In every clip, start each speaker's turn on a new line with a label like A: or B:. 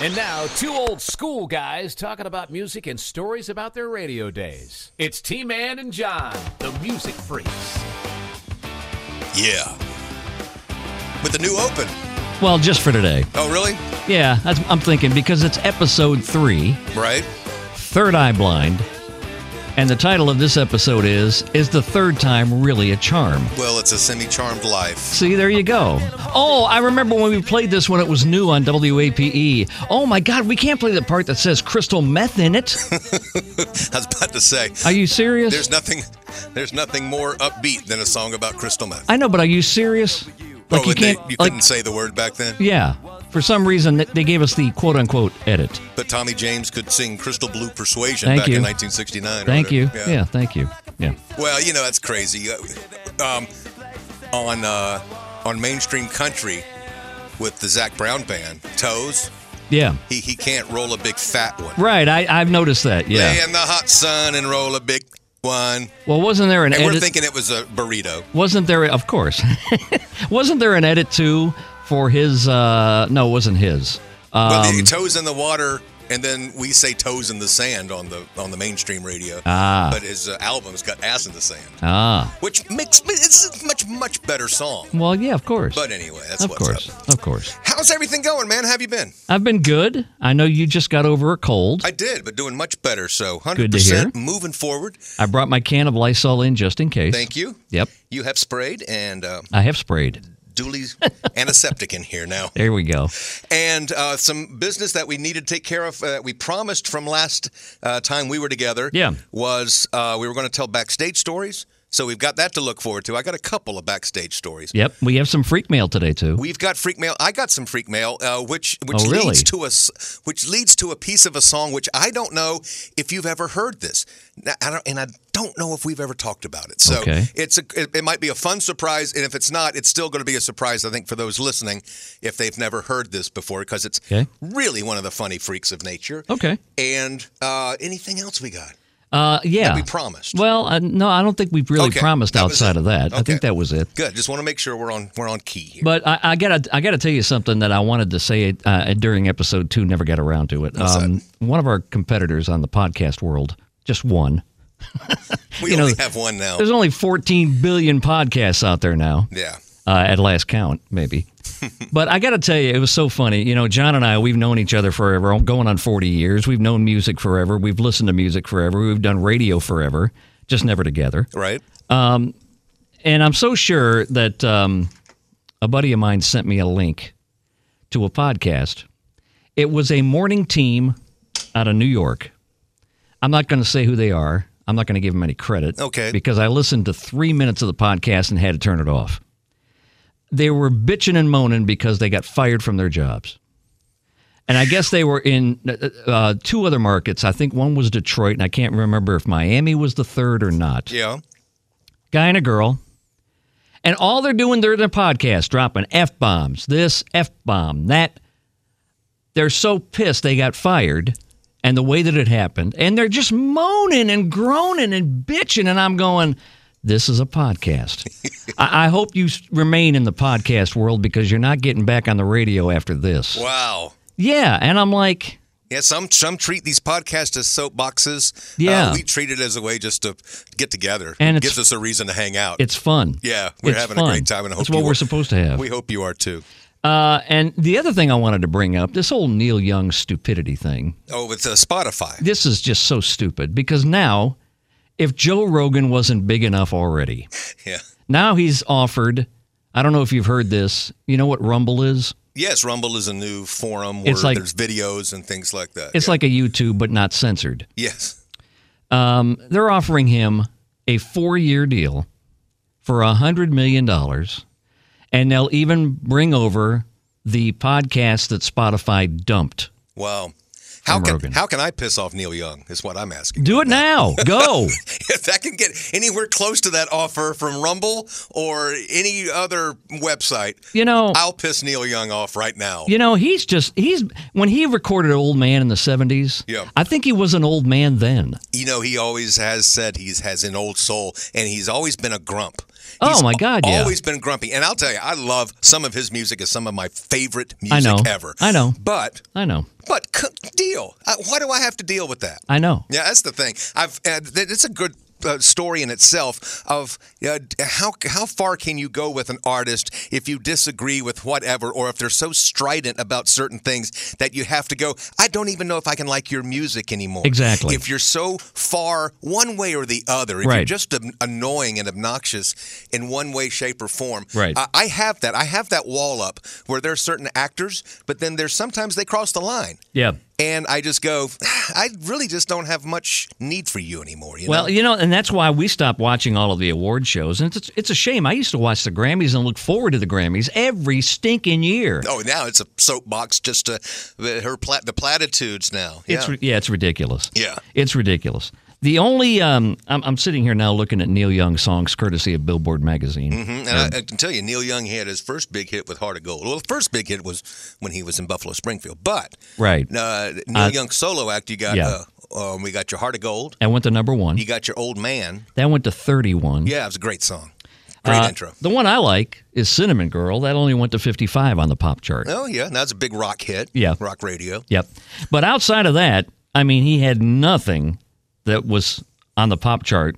A: And now, two old school guys talking about music and stories about their radio days. It's T Man and John, the music freaks.
B: Yeah. With the new open.
C: Well, just for today.
B: Oh, really?
C: Yeah, that's, I'm thinking because it's episode three,
B: Right?
C: Third Eye Blind, and the title of this episode is "Is the Third Time Really a Charm?"
B: Well, it's a semi charmed life.
C: See, there you go. Oh, I remember when we played this when it was new on WAPe. Oh my God, we can't play the part that says crystal meth in it.
B: I was about to say,
C: Are you serious?
B: there's nothing, there's nothing more upbeat than a song about crystal meth.
C: I know, but are you serious?
B: oh, and they- you couldn't say the word back then,
C: yeah. For some reason, th- they gave us the quote unquote edit.
B: but Tommy James could sing "Crystal Blue Persuasion"
C: Thank
B: back
C: you.
B: in 1969. or
C: Thank you.
B: whatever.
C: Yeah. thank you. Yeah.
B: Well, you know that's crazy. Uh, Um, on uh, on mainstream country with the Zach Brown band, Toes,
C: Yeah.
B: he he can't roll a big fat one.
C: Right. I, I've noticed that. Yeah.
B: Lay in the hot sun and roll a big one.
C: Well, wasn't there an
B: And
C: edit?
B: we're thinking it was a burrito.
C: wasn't there, of course, wasn't there an edit too for his? Uh, no, it wasn't his.
B: Well,
C: Um,
B: the toes in the water, and then we say toes in the sand on the on the mainstream radio.
C: Ah.
B: But his uh, album's got ass in the sand,
C: ah.
B: which makes it's a much much better song.
C: Well, yeah, of course.
B: But anyway, that's
C: of
B: what's
C: course,
B: up.
C: of course.
B: How's everything going, man? How Have you been?
C: I've been good. I know you just got over a cold.
B: I did, but doing much better. So, hundred
C: Good to hear.
B: percent moving forward.
C: I brought my can of Lysol in just in case.
B: Thank you.
C: Yep.
B: You have sprayed and uh,
C: I have sprayed.
B: duly antiseptic in here now.
C: There we go.
B: and uh, some business that we need to take care of uh, that we promised from last uh, time we were together.
C: Yeah.
B: was uh, we were going to tell backstage stories, so we've got that to look forward to. I got a couple of backstage stories.
C: Yep. We have some freak mail today too.
B: We've got freak mail. I got some freak mail, uh, which which
C: Oh, really?
B: leads to us, which leads to a piece of a song which I don't know if you've ever heard this, Now, I don't, and I don't know if we've ever talked about it. So
C: Okay.
B: it's a, it, it might be a fun surprise, and if it's not, it's still going to be a surprise. I think for those listening, if they've never heard this before, because it's
C: Okay.
B: really one of the funny freaks of nature.
C: Okay.
B: And uh, anything else we got?
C: Uh, yeah.
B: We promised.
C: well, uh, no, I don't think we've really
B: Okay,
C: promised
B: that was
C: outside
B: it.
C: of that. I
B: Okay.
C: think that was it.
B: Good. Just want to make sure we're on we're on key here.
C: But I, I gotta, I gotta tell you something that I wanted to say uh, during episode two. Never got around to it. Um, one of our competitors on the podcast world, just one.
B: we
C: you know,
B: only have one now.
C: There's only 14 billion podcasts out there now,
B: Yeah.
C: uh, at last count, maybe. but I gotta tell you, it was so funny. You know, John and I, we've known each other forever, going on 40 years. We've known music forever. We've listened to music forever. We've done radio forever, just never together.
B: Right.
C: and I'm so sure that um, a buddy of mine sent me a link to a podcast. It was a morning team out of New York. I'm not going to say who they are. I'm not going to give them any credit.
B: Okay.
C: Because I listened to three minutes of the podcast and had to turn it off. They were bitching and moaning because they got fired from their jobs. And I guess they were in uh, uh, two other markets. I think one was Detroit, and I can't remember if Miami was the third or not
B: Yeah.
C: guy and a girl. And all they're doing during their podcast, dropping F bombs, this F bomb, that. They're so pissed they got fired and the way that it happened. And they're just moaning and groaning and bitching. And I'm going, this is a podcast. I, I hope you s- remain in the podcast world because you're not getting back on the radio after this.
B: Wow.
C: Yeah. And I'm like,
B: Yeah, some some treat these podcasts as soapboxes. Uh,
C: Yeah.
B: we treat it as a way just to get together.
C: And
B: it
C: it's-
B: gives us a reason to hang out.
C: it's fun.
B: Yeah, we're
C: It's
B: having a great
C: fun.
B: time and I
C: That's
B: hope
C: what
B: you
C: we're
B: are.
C: supposed to have.
B: we hope you are too.
C: Uh, and the other thing I wanted to bring up this whole Neil Young stupidity thing.
B: Oh, with uh, Spotify,
C: This is just so stupid because now, if Joe Rogan wasn't big enough already,
B: yeah,
C: now he's offered. I don't know if you've heard this. You know what Rumble is?
B: yes, Rumble is a new forum where
C: It's like-
B: there's videos and things like that.
C: It's like a YouTube, but not censored.
B: yes,
C: They're offering him a four year deal for a $100 million. And they'll even bring over the podcast that Spotify dumped.
B: wow. How
C: From
B: can
C: Rogan.
B: how can I piss off Neil Young? Is what I'm asking.
C: Do it now. Go.
B: if I can get anywhere close to that offer from Rumble or any other website,
C: You know.
B: I'll piss Neil Young off right now.
C: You know, he's just he's when he recorded Old Man in the 70s,
B: Yeah.
C: I think he was an old man then.
B: you know, he always has said he has an old soul, and he's always been a grump.
C: Oh,
B: He's
C: my God, yeah.
B: Always been grumpy, and I'll tell you, I love some of his music. Is some of my favorite music
C: I know.
B: ever.
C: I know.
B: But
C: I know.
B: but c- deal. I, why do I have to deal with that?
C: I know.
B: Yeah, that's the thing. I've uh, th- it's a good uh, story in itself of uh, d- how how far can you go with an artist if you disagree with whatever or if they're so strident about certain things that you have to go. I don't even know if I can like your music anymore.
C: Exactly.
B: If you're so far one way or the other, if you're
C: Right.
B: just an- annoying and obnoxious in one way, shape, or form.
C: Right.
B: I- I have that. I have that wall up where there are certain actors, but then there's sometimes they cross the line
C: Yeah.
B: and I just go, I really just don't have much need for you anymore. You
C: Well,
B: know?
C: you know, and that's why we stopped watching all of the award shows. And it's, it's a shame. I used to watch the Grammys and look forward to the Grammys every stinking year.
B: oh, now it's a soapbox, just uh the- her plat, the platitudes now.
C: It's
B: yeah.
C: ri- yeah, it's ridiculous.
B: Yeah.
C: It's ridiculous. The only um, I'm, I'm sitting here now looking at Neil Young songs courtesy of Billboard magazine.
B: Mhm. and I, I can tell you, Neil Young had his first big hit with Heart of Gold. Well, the first big hit was when he was in Buffalo Springfield, but
C: Right.
B: uh, Neil Young solo act, you got
C: yeah.
B: uh, um, we got your Heart of Gold,
C: That went to number one.
B: you got your Old Man.
C: That went to 31.
B: Yeah, it was a great song, great
C: Uh,
B: intro.
C: The one I like is Cinnamon Girl. That only went to 55 on the pop chart.
B: Oh yeah, now it's a big rock hit.
C: Yeah.
B: rock radio.
C: Yep. But outside of that, I mean, he had nothing that was on the pop chart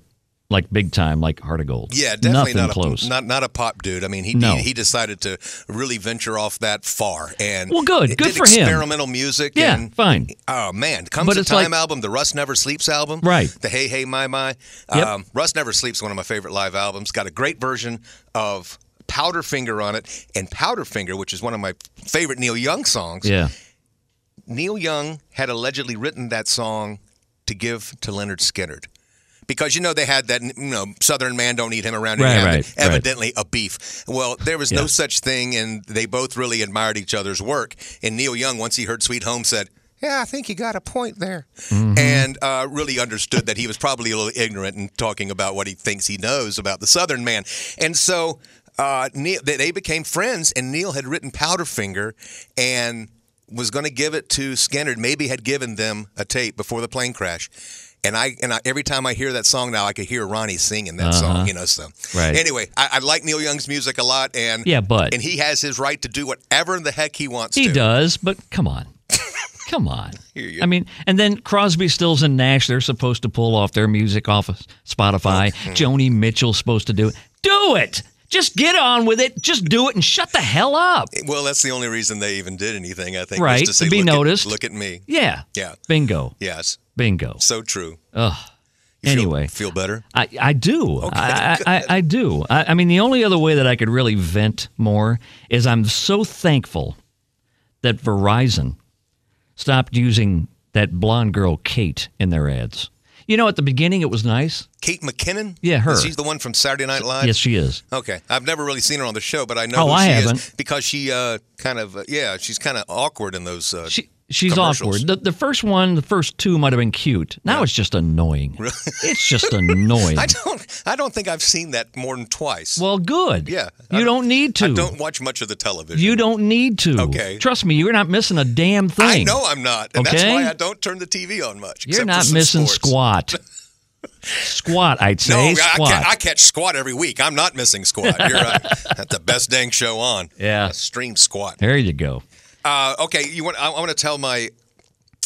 C: like big time, like Heart of Gold.
B: Yeah, definitely
C: nothing
B: not
C: close.
B: a not not a pop dude. I mean, he,
C: No.
B: he decided to really venture off that far and
C: Well, good.
B: it
C: Good
B: did
C: for him.
B: experimental music.
C: yeah,
B: and,
C: fine.
B: oh man, comes
C: But
B: a
C: it's
B: time
C: like-
B: album, the Rust Never Sleeps album,
C: Right.
B: The Hey Hey My My.
C: Yep.
B: Um, Rust Never Sleeps, one of my favorite live albums. Got a great version of Powderfinger on it, and Powderfinger, which is one of my favorite Neil Young songs.
C: Yeah.
B: Neil Young had allegedly written that song to give to Leonard Skinnard. Because you know they had that you know Southern man don't need him around and
C: Right,
B: have
C: right, right.
B: evidently a beef. Well, there was
C: Yeah.
B: no such thing, and they both really admired each other's work. And Neil Young, once he heard Sweet Home, said, "Yeah, I think you got a point there," and uh, really understood that he was probably a little ignorant in talking about what he thinks he knows about the Southern man. And so uh, Neil, they they became friends, and Neil had written Powderfinger, and was going to give it to Skinner. Maybe had given them a tape before the plane crash. And I and I, every time I hear that song now, I could hear Ronnie singing that song. You know, so
C: Right.
B: anyway, I, I like Neil Young's music a lot, and
C: Yeah, but-
B: and he has his right to do whatever the heck he wants.
C: He
B: to.
C: does, but come on. come on.
B: you.
C: I mean, and then Crosby, Stills, and Nash, they're supposed to pull off their music off of Spotify.
B: Hmm.
C: Joni Mitchell's supposed to do it. Do it! Just get on with it. Just do it and shut the hell up.
B: Well, that's the only reason they even did anything. I think, was
C: Right,
B: to,
C: to
B: say,
C: be
B: "Look at-
C: noticed."
B: look at me.
C: Yeah.
B: Yeah.
C: Bingo.
B: Yes,
C: Bingo.
B: so true. You feel-
C: Anyway.
B: feel, better.
C: I, I do. I, I, I, I do. I, I mean, the only other way that I could really vent more is I'm so thankful that Verizon stopped using that blonde girl, Kate, in their ads. You know, at the beginning, it was nice.
B: Kate McKinnon.
C: Yeah, her.
B: She's the one from Saturday Night Live.
C: Yes, she is.
B: Okay, I've never really seen her on the show, but I know
C: Oh,
B: who
C: I
B: she is
C: haven't.
B: because she uh, kind of uh, yeah, she's kind of awkward in those. Uh,
C: She, she's
B: commercials.
C: awkward. The, the first one, the first two might have been cute. Now it's just annoying. It's just annoying.
B: I don't. I don't think I've seen that more than twice.
C: well, good.
B: Yeah, I
C: You don't need to.
B: I don't watch much of the television.
C: you don't need to.
B: Okay.
C: Trust me, you're not missing a damn thing.
B: I know I'm not, and that's
C: Okay?
B: why I don't turn the TV on much.
C: You're
B: except for
C: not
B: some
C: missing
B: sports.
C: squat. squat, I'd
B: No,
C: say.
B: I, ca-
C: squat.
B: I catch squat every week. I'm not missing squat. You're right. That's the best dang show on.
C: Yeah.
B: I stream squat.
C: there you go.
B: Uh, okay, you want? I, I want to tell my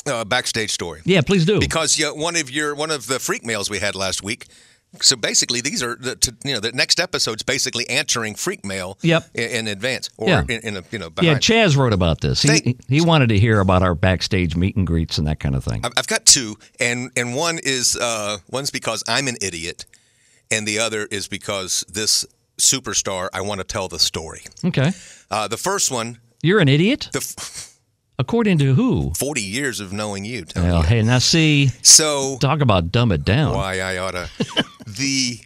B: uh, backstage story.
C: Yeah, please do.
B: because you one of your one of the freak mails we had last week. So basically, these are the to, you know the next episode's basically answering freak mail.
C: Yep.
B: In, in advance or
C: Yeah.
B: in, in a, you know
C: yeah,
B: behind.
C: Chaz wrote about this. He,
B: Thank-
C: he wanted to hear about our backstage meet and greets and that kind of thing.
B: I've- I've got two, and and one is uh, one's because I'm an idiot, and the other is because this superstar I want to tell the story.
C: Okay.
B: Uh, the first one,
C: You're an idiot?
B: the f-
C: According to who?
B: 40 years of knowing you. Tony.
C: Well, hey, now see,
B: So
C: talk about dumb it down.
B: why I oughta. the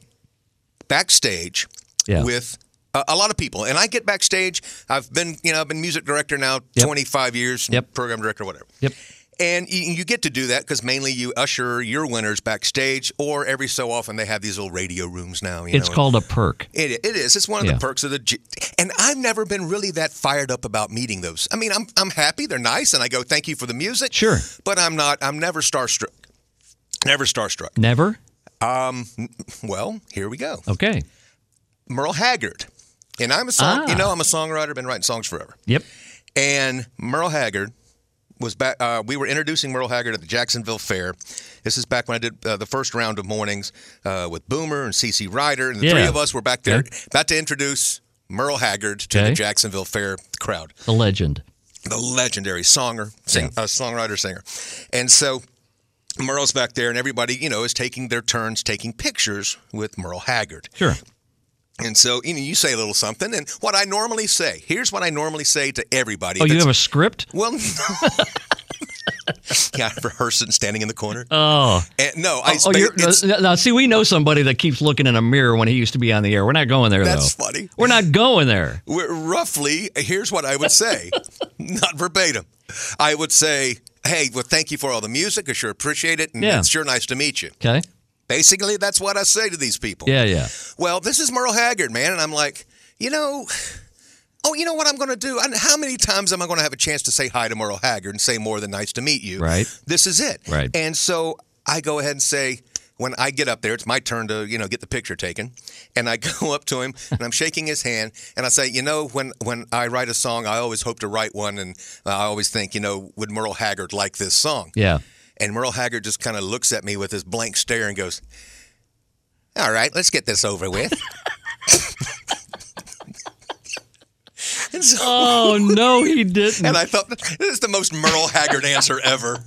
B: backstage
C: Yeah.
B: with a, a lot of people, and I get backstage. I've been, you know, I've been music director now
C: Yep.
B: 25 years,
C: Yep.
B: program director, whatever.
C: Yep.
B: And you, you get to do that because mainly you usher your winners backstage, or every so often they have these little radio rooms now. You
C: It's
B: know,
C: called a perk.
B: It, it is. It's one of
C: Yeah.
B: the perks of the. j- And I've never been really that fired up about meeting those. I mean, I'm I'm happy. They're nice, and I go, thank you for the music.
C: Sure.
B: But I'm not. I'm never starstruck. Never starstruck.
C: Never?
B: Well, here we go.
C: Okay.
B: Merle Haggard. And I'm a song,
C: Ah.
B: you know, I'm a songwriter, been writing songs forever.
C: Yep.
B: And Merle Haggard was back. Uh, we were introducing Merle Haggard at the Jacksonville Fair. This is back when I did uh, the first round of mornings uh, with Boomer and CC Ryder, and the three
C: Yeah.
B: of us were back there
C: Okay.
B: about to introduce Merle Haggard to the
C: Okay.
B: Jacksonville Fair crowd,
C: The legend.
B: the legendary songer, sing, uh, songwriter, singer, and so. Merle's back there, and everybody, you know, is taking their turns taking pictures with Merle Haggard.
C: Sure.
B: And so, you know, you say a little something, and what I normally say, here's what I normally say to everybody.
C: Oh, you
B: that's-
C: have a script?
B: well, no. yeah, I rehearsed it and standing in the corner.
C: Oh.
B: And no, I.
C: Oh,
B: but
C: you're,
B: it's-
C: now, now, see, we know somebody that keeps looking in a mirror when he used to be on the air. We're not going there,
B: That's
C: though.
B: funny.
C: We're not going there.
B: we're- roughly, here's what I would say, not verbatim. I would say, "Hey, well, thank you for all the music. I sure appreciate it, and
C: Yeah.
B: it's sure nice to meet you."
C: Okay.
B: Basically, that's what I say to these people.
C: Yeah, yeah.
B: Well, this is Merle Haggard, man, and I'm like, you know. Oh, you know what I'm going to do? And how many times am I going to have a chance to say hi to Merle Haggard and say more than nice to meet you?
C: Right.
B: This is it.
C: Right.
B: And so I go ahead and say, when I get up there, it's my turn to you know get the picture taken, and I go up to him and I'm shaking his hand and I say, you know, when when I write a song, I always hope to write one, and I always think, you know, would Merle Haggard like this song?
C: Yeah.
B: And Merle Haggard just kind of looks at me with this blank stare and goes, All right, let's get this over with. and, so,
C: Oh, no, he didn't.
B: and I thought, This is the most Merle Haggard answer ever.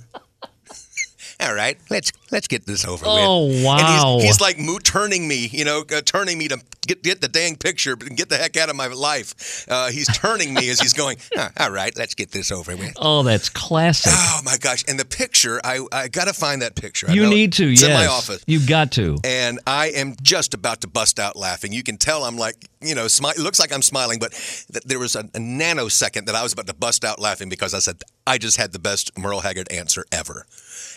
B: All right, let's let's get this over
C: Oh,
B: with.
C: wow.
B: And he's, he's like mo- turning me, you know, uh, turning me to get get the dang picture and get the heck out of my life. Uh, he's turning me as he's going. "Huh, All right, let's get this over with.
C: oh, that's classic.
B: Oh my gosh! And the picture, I I gotta find that picture. I
C: you
B: know
C: need to,
B: It's
C: yes.
B: in my office,
C: You've got to.
B: and I am just about to bust out laughing. You can tell I'm like, you know, smi- it looks like I'm smiling, but th- there was a, a nanosecond that I was about to bust out laughing because I said I just had the best Merle Haggard answer ever,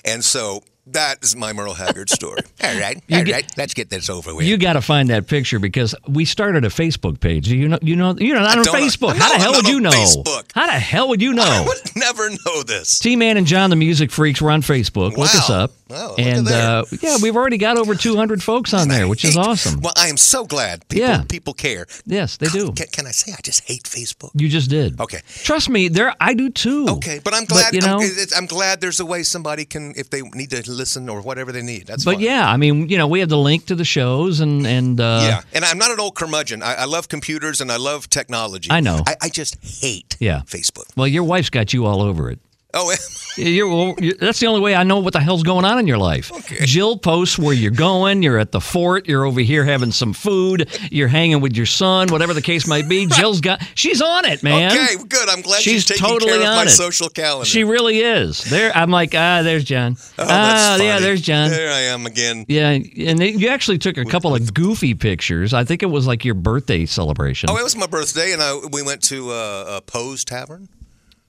B: and so that is my Merle Haggard story. all right, all
C: get-
B: right, let's get this over with.
C: You got to find that picture because we started a Facebook page. You know, you know, you're not on
B: don't-
C: Facebook.
B: I'm
C: How the
B: not-
C: hell
B: I'm
C: would
B: not
C: you
B: on
C: know?
B: Facebook.
C: How the hell would you
B: I
C: know?
B: would never know this.
C: T Man and John, the Music Freaks, we're on Facebook. Look us
B: Wow.
C: up.
B: Wow, look at
C: and
B: there.
C: uh, yeah, we've already got over 200 folks on there, which is
B: Hate-
C: awesome.
B: Well, I am so glad people
C: Yeah.
B: people care.
C: Yes, they do.
B: Can, can I say I just hate Facebook?
C: You just did.
B: Okay.
C: Trust me, there I do too.
B: Okay, but I'm glad.
C: you know.
B: I'm, it's- I'm glad there's a way somebody can, if they need to listen or whatever they need. That's
C: but
B: fine.
C: yeah, I mean, you know, we have the link to the shows and and uh,
B: yeah. And I'm not an old curmudgeon. I, I love computers and I love technology.
C: I know.
B: I, I just hate.
C: Yeah.
B: Facebook.
C: Well, your wife's got you all over it.
B: Oh,
C: You're, well, you that's the only way I know what the hell's going on in your life. Jill posts where you're going. You're at the fort. You're over here having some food. You're hanging with your son, whatever the case may be. Jill's got. She's on it, man.
B: okay. Good. I'm glad she's
C: She's
B: taking
C: totally
B: care of
C: on
B: my
C: it.
B: social calendar.
C: She really is. There, I'm like, ah, there's John.
B: Oh,
C: ah,
B: that's
C: yeah,
B: funny.
C: there's John.
B: There I am again.
C: Yeah, and they, you actually took a couple of goofy pictures. I think it was like your birthday celebration.
B: Oh, it was my birthday, and I, we went to uh, uh, Poe's Tavern.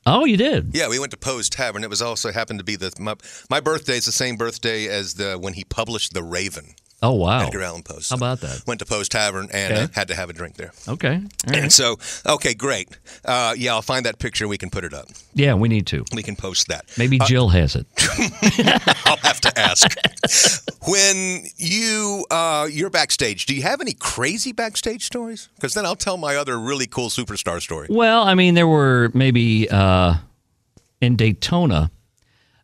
C: Oh, you did.
B: Yeah, we went to Poe's Tavern. It was also happened to be the my, my birthday is the same birthday as the when he published The Raven.
C: Oh, wow.
B: Edgar Allan Poe.
C: How about that?
B: Went to Poe's Tavern and uh,
C: Okay.
B: had to have a drink there.
C: Okay. All right.
B: And so, okay, great. Uh, yeah, I'll find that picture. We can put it up.
C: Yeah, we need to.
B: We can post that.
C: Maybe Jill has it.
B: I'll have to ask. when you uh, you're backstage, do you have any crazy backstage stories? Because then I'll tell my other really cool superstar story.
C: Well, I mean, there were maybe uh, in Daytona.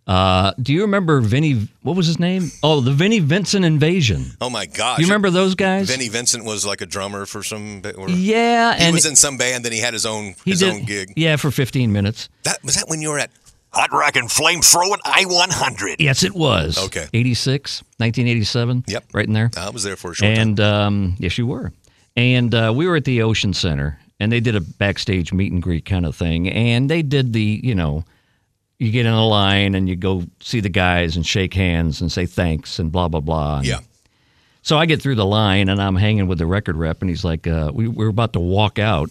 C: Uh, do you remember Vinny? What was his name? Oh, the Vinny Vincent invasion.
B: Oh my gosh!
C: Do you remember those guys?
B: Vinnie Vincent was like a drummer for some. ba- Or,
C: Yeah,
B: He
C: and
B: was in some band, then he had his own
C: he
B: his
C: did-
B: own gig.
C: Yeah, for 15 minutes.
B: That was that when you were at
D: Hot Rock and Flame Throwing I 100.
C: Yes, it was.
B: Okay.
C: 86, 1987.
B: Yep.
C: Right in there.
B: I was there for a short time.
C: And um, yes, you were. And uh, we were at the Ocean Center, and they did a backstage meet and greet kind of thing. And they did the, you know, you get in a line and you go see the guys and shake hands and say thanks and blah blah blah. And
B: Yeah.
C: So I get through the line and I'm hanging with the record rep, and he's like, uh, we, "We're about to walk out,"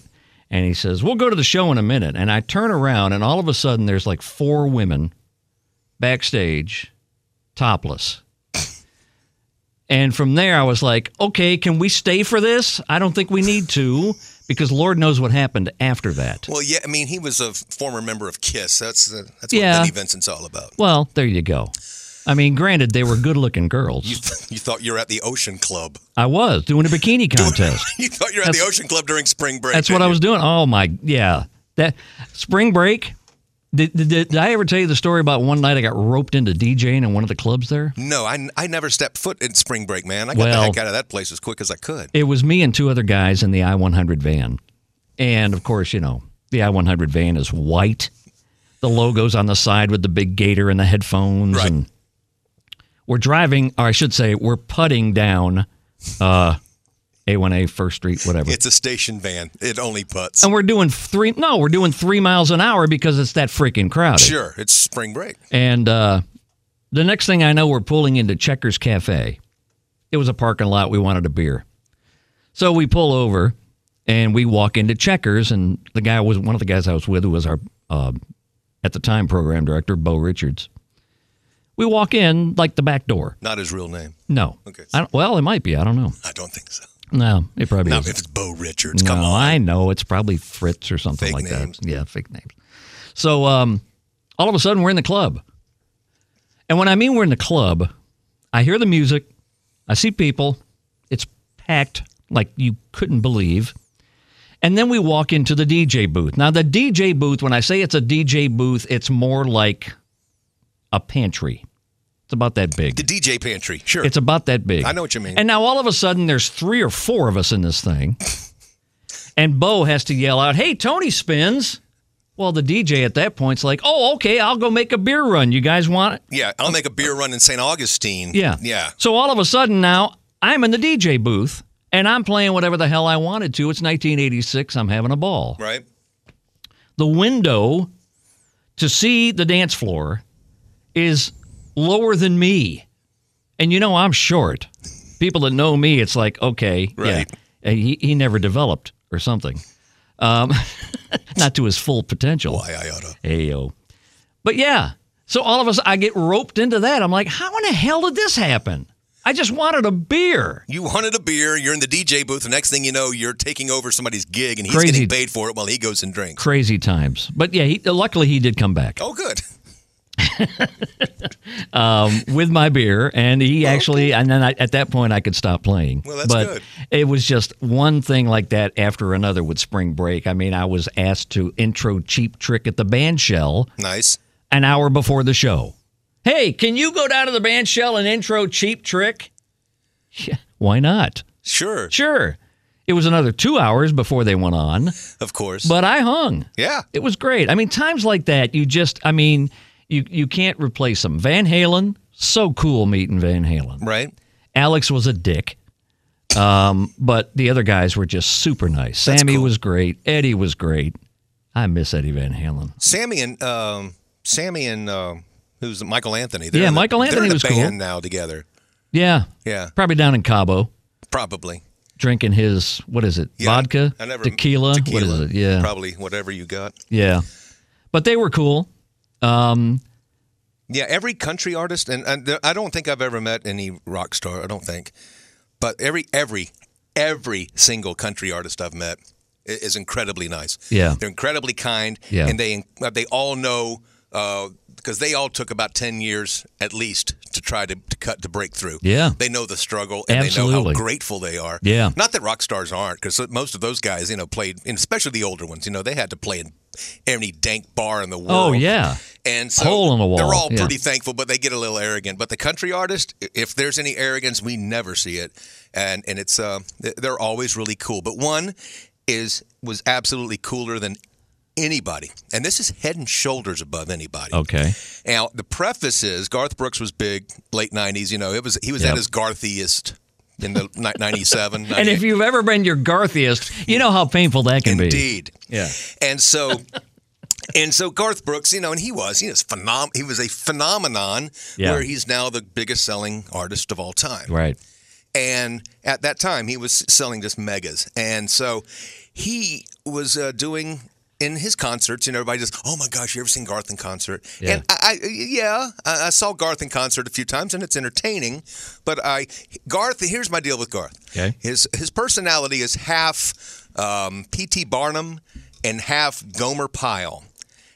C: and he says, "We'll go to the show in a minute." And I turn around, and all of a sudden, there's like four women backstage, topless. And from there, I was like, "Okay, can we stay for this? I don't think we need to." Because Lord knows what happened after that.
B: Well, yeah, I mean, he was a f- former member of Kiss. That's the, that's
C: Yeah.
B: what Vinnie Vincent's all about.
C: Well, there you go. I mean, granted, they were good looking girls.
B: You thought you were at the Ocean Club.
C: I was doing a bikini contest.
B: You thought you were at the Ocean Club during spring break.
C: That's what
B: didn't
C: I
B: you?
C: was doing. Oh my, yeah. That spring break. Did, did, did I ever tell you the story about one night I got roped into DJing in one of the clubs there?
B: No, I, I never stepped foot in spring break, man. I got
C: Well-
B: the heck out of that place as quick as I could.
C: It was me and two other guys in the I 100 van. And of course, you know, the I 100 van is white. The logo's on the side with the big gator and the headphones.
B: Right.
C: And we're driving, or I should say, we're putting down uh, A1A, First Street, whatever.
B: It's a station van. It only puts.
C: and we're doing three, no, we're doing three miles an hour because it's that freaking crowded.
B: Sure, it's spring break.
C: And uh, the next thing I know, we're pulling into Checkers Cafe. It was a parking lot. We wanted a beer. So we pull over and we walk into Checkers. And the guy was one of the guys I was with, who was our, uh, at the time, program director, Bo Richards. We walk in like the back door.
B: Not his real name.
C: No.
B: Okay.
C: I don't, well, it might be. I don't know.
B: I don't think so.
C: No, it probably
B: Not
C: is.
B: if it's Bo Richards.
C: No,
B: Come on.
C: I know it's probably Fritz or something
B: Fake
C: like
B: names.
C: that. Yeah, fake names. So um, all of a sudden we're in the club, and when I mean we're in the club, I hear the music, I see people, it's packed like you couldn't believe, and then we walk into the DJ booth. Now the DJ booth, when I say it's a DJ booth, it's more like a pantry. It's about that big.
B: The DJ pantry. Sure.
C: It's about that big.
B: I know what you mean.
C: And now all of a sudden, there's three or four of us in this thing, and Bo has to yell out, "Hey, Tony spins!" Well, the DJ at that point's like, "Oh, okay, I'll go make a beer run. You guys want it?"
B: yeah, I'll make a beer run in St. Augustine.
C: Yeah.
B: Yeah.
C: So all of a sudden now, I'm in the DJ booth and I'm playing whatever the hell I wanted to. It's 1986. I'm having a ball.
B: Right?
C: The window to see the dance floor is lower than me. And you know, I'm short. People that know me, it's like, okay,
B: Right.
C: yeah, uh, he, he never developed or something. Um, not to his full potential.
B: Why I oughta.
C: Ayo. But yeah, so all of us, I get roped into that. I'm like, how in the hell did this happen? I just wanted a beer.
B: You wanted a beer, you're in the DJ booth, the next thing you know, you're taking over somebody's gig and he's
C: Crazy.
B: getting paid for it while he goes and drinks.
C: Crazy times. But yeah, he, luckily he did come back
B: Oh, good.
C: um, with my beer, and he actually, and then I, at that point I could stop playing.
B: Well, that's
C: but
B: good.
C: It was just one thing like that after another with spring break. I mean, I was asked to intro Cheap Trick at the band shell
B: Nice.
C: an hour before the show. Hey, can you go down to the band shell and intro Cheap Trick? Yeah, why not?
B: Sure.
C: Sure. It was another two hours before they went on,
B: Of course.
C: but I hung.
B: yeah.
C: It was great. I mean, times like that, you just, I mean, you, you can't replace them. Van Halen, so cool meeting Van Halen.
B: Right?
C: Alex was a dick, um, but the other guys were just super nice. Sammy was great. Eddie was great. I miss Eddie Van Halen.
B: Sammy and um, Sammy and um, who's Michael Anthony. They're
C: Yeah,
B: in the-
C: Michael Anthony
B: they're in a
C: was cool.
B: band now together.
C: Yeah.
B: Yeah,
C: Probably down in Cabo
B: probably.
C: drinking his, what is it,
B: Yeah,
C: vodka,
B: I never-
C: tequila? What is it? Yeah.
B: probably whatever you got.
C: Yeah. But they were cool.
B: Yeah, every country artist, and, and there, I don't think I've ever met any rock star. I don't think, but every every every single country artist I've met i- is incredibly nice.
C: Yeah.
B: they're incredibly kind.
C: Yeah.
B: and they they all know uh, because they all took about ten years at least to try to, to cut to breakthrough.
C: Yeah.
B: they know the struggle and they know
C: Absolutely.
B: how grateful they are.
C: Yeah.
B: not that rock stars aren't because most of those guys you know played, and especially the older ones. You know they had to play in any dank bar in the world.
C: Oh, yeah.
B: And so
C: Hole in the wall,
B: they're all
C: yeah.
B: pretty thankful, but they get a little arrogant. But the country artist, i- if there's any arrogance, we never see it, and and it's uh, th- they're always really cool. But one is was absolutely cooler than anybody, and this is head and shoulders above anybody.
C: Okay.
B: Now the preface is Garth Brooks was big late '90s. You know, it was he was
C: Yep.
B: at his Garthiest in the ni- '97.
C: And if you've ever been your Garthiest, you know how painful that can be.
B: Indeed.
C: Yeah.
B: And so and so Garth Brooks, you know, and he was, he was phenom- he was a phenomenon
C: Yeah.
B: where he's now the biggest selling artist of all time.
C: Right.
B: And at that time he was selling just megas. And so he was uh, doing in his concerts, you know, everybody just, oh my gosh, you ever seen Garth in concert?
C: Yeah.
B: And I, I yeah, I, I saw Garth in concert a few times, and it's entertaining. But I, Garth, here's my deal with Garth.
C: Okay.
B: His his personality is half um, P.T. Barnum and half Gomer Pyle,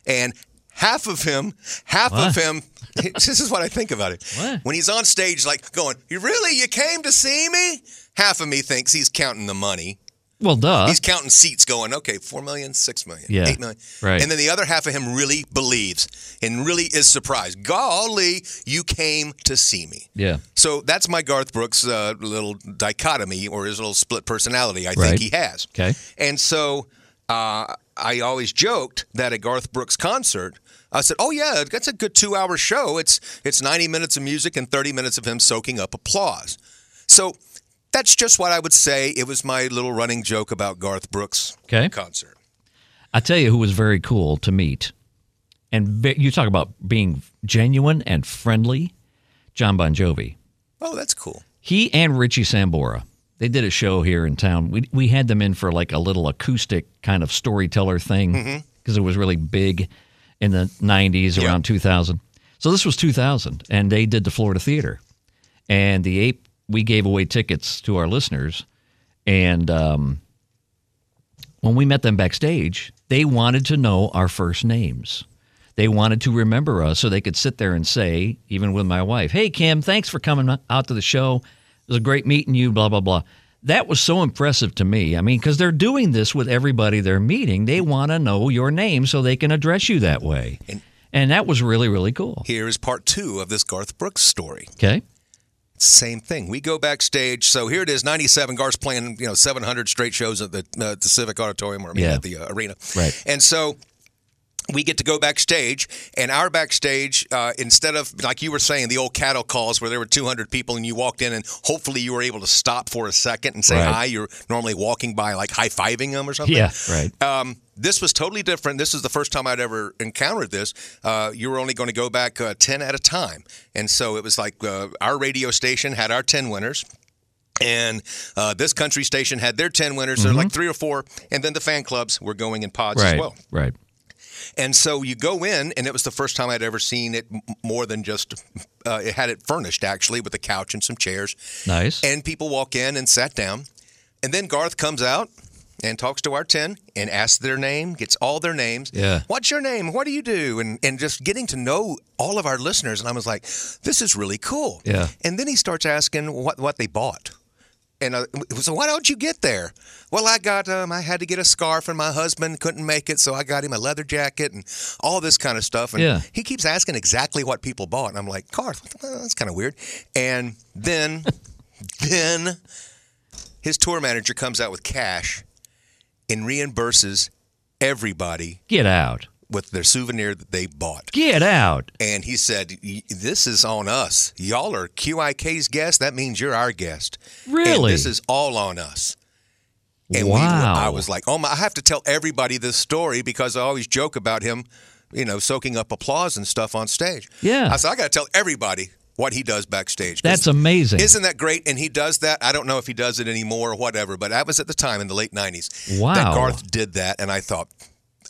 B: and half of him, half of him. This is what I think about it.
C: What?
B: When he's on stage, like going, "You really? You came to see me?" Half of me thinks he's counting the money.
C: Well, duh.
B: He's counting seats, going, "Okay, four million, six million,
C: Yeah,
B: eight million.
C: right.
B: And then the other half of him really believes and really is surprised. Golly, you came to see me.
C: Yeah.
B: So that's my Garth Brooks uh, little dichotomy or his little split personality. I
C: Right.
B: think he has.
C: Okay.
B: And so uh, I always joked that at Garth Brooks concert, I said, "Oh yeah, that's a good two-hour show. It's it's 90 minutes of music and 30 minutes of him soaking up applause." So that's just what I would say. It was my little running joke about Garth Brooks
C: Okay.
B: concert.
C: I tell you who was very cool to meet, and ve- you talk about being genuine and friendly. John Bon Jovi.
B: Oh, that's cool.
C: He and Richie Sambora. They did a show here in town. We we had them in for like a little acoustic kind of storyteller thing because it was really big in the 90s around 2000. So this was 2000 and they did the Florida Theater. And the ape we gave away tickets to our listeners and um, when we met them backstage, they wanted to know our first names. They wanted to remember us so they could sit there and say, even with my wife, hey, Kim, thanks for coming out to the show. It was a great meeting you, blah, blah, blah. That was so impressive to me. I mean, because they're doing this with everybody they're meeting. They want to know your name so they can address you that way. And, that was really, really cool.
B: Here is part 2 of this Garth Brooks story.
C: Okay.
B: Same thing. We go backstage. So here it is, 97. Garth's playing, you know, 700 straight shows at the, uh, the Civic Auditorium or I mean,
C: Yeah.
B: at the uh, arena.
C: Right.
B: And so we get to go backstage, and our backstage, uh, instead of, like you were saying, the old cattle calls where there were 200 people and you walked in and hopefully you were able to stop for a second and say
C: Right.
B: hi. You're normally walking by, like high fiving them or something.
C: Yeah, right.
B: Um, this was totally different. This is the first time I'd ever encountered this. Uh, you were only going to go back uh, 10 at a time. And so it was like uh, our radio station had our 10 winners. And uh, this country station had their 10 winners. There were like three or four. And then the fan clubs were going in pods
C: Right.
B: as well.
C: Right.
B: And so you go in, and it was the first time I'd ever seen it m- more than just, uh, it had it furnished actually with a couch and some chairs.
C: Nice.
B: And people walk in and sat down. And then Garth comes out and talks to our 10 and asks their name, gets all their names.
C: Yeah.
B: What's your name? What do you do? And, and just getting to know all of our listeners. And I was like, this is really cool.
C: Yeah.
B: And then he starts asking what, what they bought. And uh, so, why don't you get there? Well, I got, um, I had to get a scarf, and my husband couldn't make it, so I got him a leather jacket and all this kind of stuff. And
C: Yeah.
B: he keeps asking exactly what people bought, and I'm like, Garth, what the- well, that's kind of weird. And then, then his tour manager comes out with cash and reimburses everybody
C: Get out.
B: with their souvenir that they bought.
C: Get out.
B: And he said, "Y- "This is on us. Y'all are QIK's guest. That means you're our guest. And
C: Really?
B: this is all on us." And we,
C: wow.
B: I was like, "Oh my! I have to tell everybody this story because I always joke about him, you know, soaking up applause and stuff on stage."
C: Yeah.
B: I said, "I got to tell everybody what he does backstage." 'cause
C: That's amazing.
B: Isn't that great? And he does that. I don't know if he does it anymore or whatever, but that was at the time in the late '90s.
C: Wow.
B: That Garth did that, and I thought,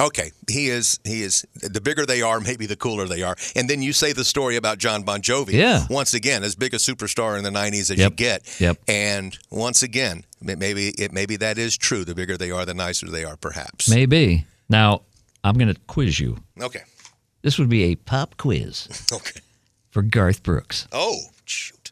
B: okay, he is. He is. The bigger they are, maybe the cooler they are. And then you say the story about John Bon Jovi.
C: Yeah.
B: Once again, as big a superstar in the '90s as you
C: Yep.
B: get.
C: Yep.
B: And once again, m- maybe it maybe that is true. The bigger they are, the nicer they are, perhaps.
C: Maybe. Now, I'm going to quiz you.
B: Okay.
C: This would be a pop quiz
B: Okay.
C: for Garth Brooks.
B: Oh shoot.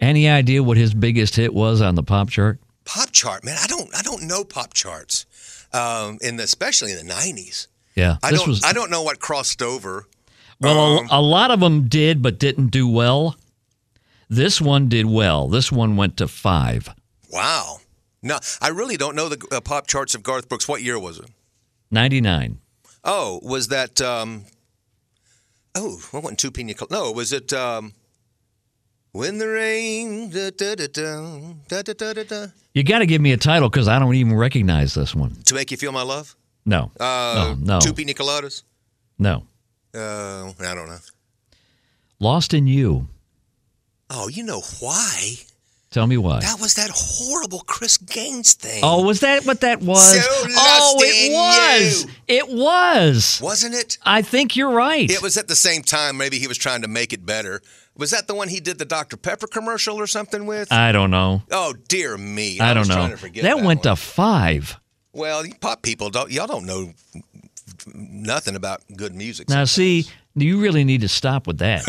C: Any idea what his biggest hit was on the pop chart?
B: Pop chart, man. I don't. I don't know pop charts, um, in the, especially in the '90s.
C: Yeah.
B: I
C: this
B: don't.
C: was
B: I um, don't know what crossed over.
C: well, a, a lot of them did but didn't do well. This one did well. This one went to 5.
B: Wow. No, I really don't know the uh, pop charts of Garth Brooks. What year was it?
C: 99.
B: Oh, was that? Um, oh, what wasn't two pina colada? No, was it? Um, when the rain da da da da da da da da da
C: You got to give me a title cuz I don't even recognize this one.
B: to make you feel my love.
C: No.
B: Uh,
C: no. No.
B: Two pina coladas.
C: no.
B: Uh, I don't know.
C: Lost in You.
B: Oh, you know why?
C: Tell me why.
B: That was that horrible Chris Gaines thing.
C: Oh, was that what that was?
B: So
C: oh,
B: lost
C: it
B: in
C: was.
B: you.
C: It was.
B: wasn't it?
C: I think you're right.
B: It was at the same time. Maybe he was trying to make it better. Was that the one he did the Dr Pepper commercial or something with?
C: I don't know.
B: Oh dear me!
C: I, don't
B: was
C: know.
B: Trying to forget
C: that,
B: that,
C: went
B: one.
C: to five.
B: Well, you pop people don't y'all don't know nothing about good music.
C: Now, see, you really need to stop with that.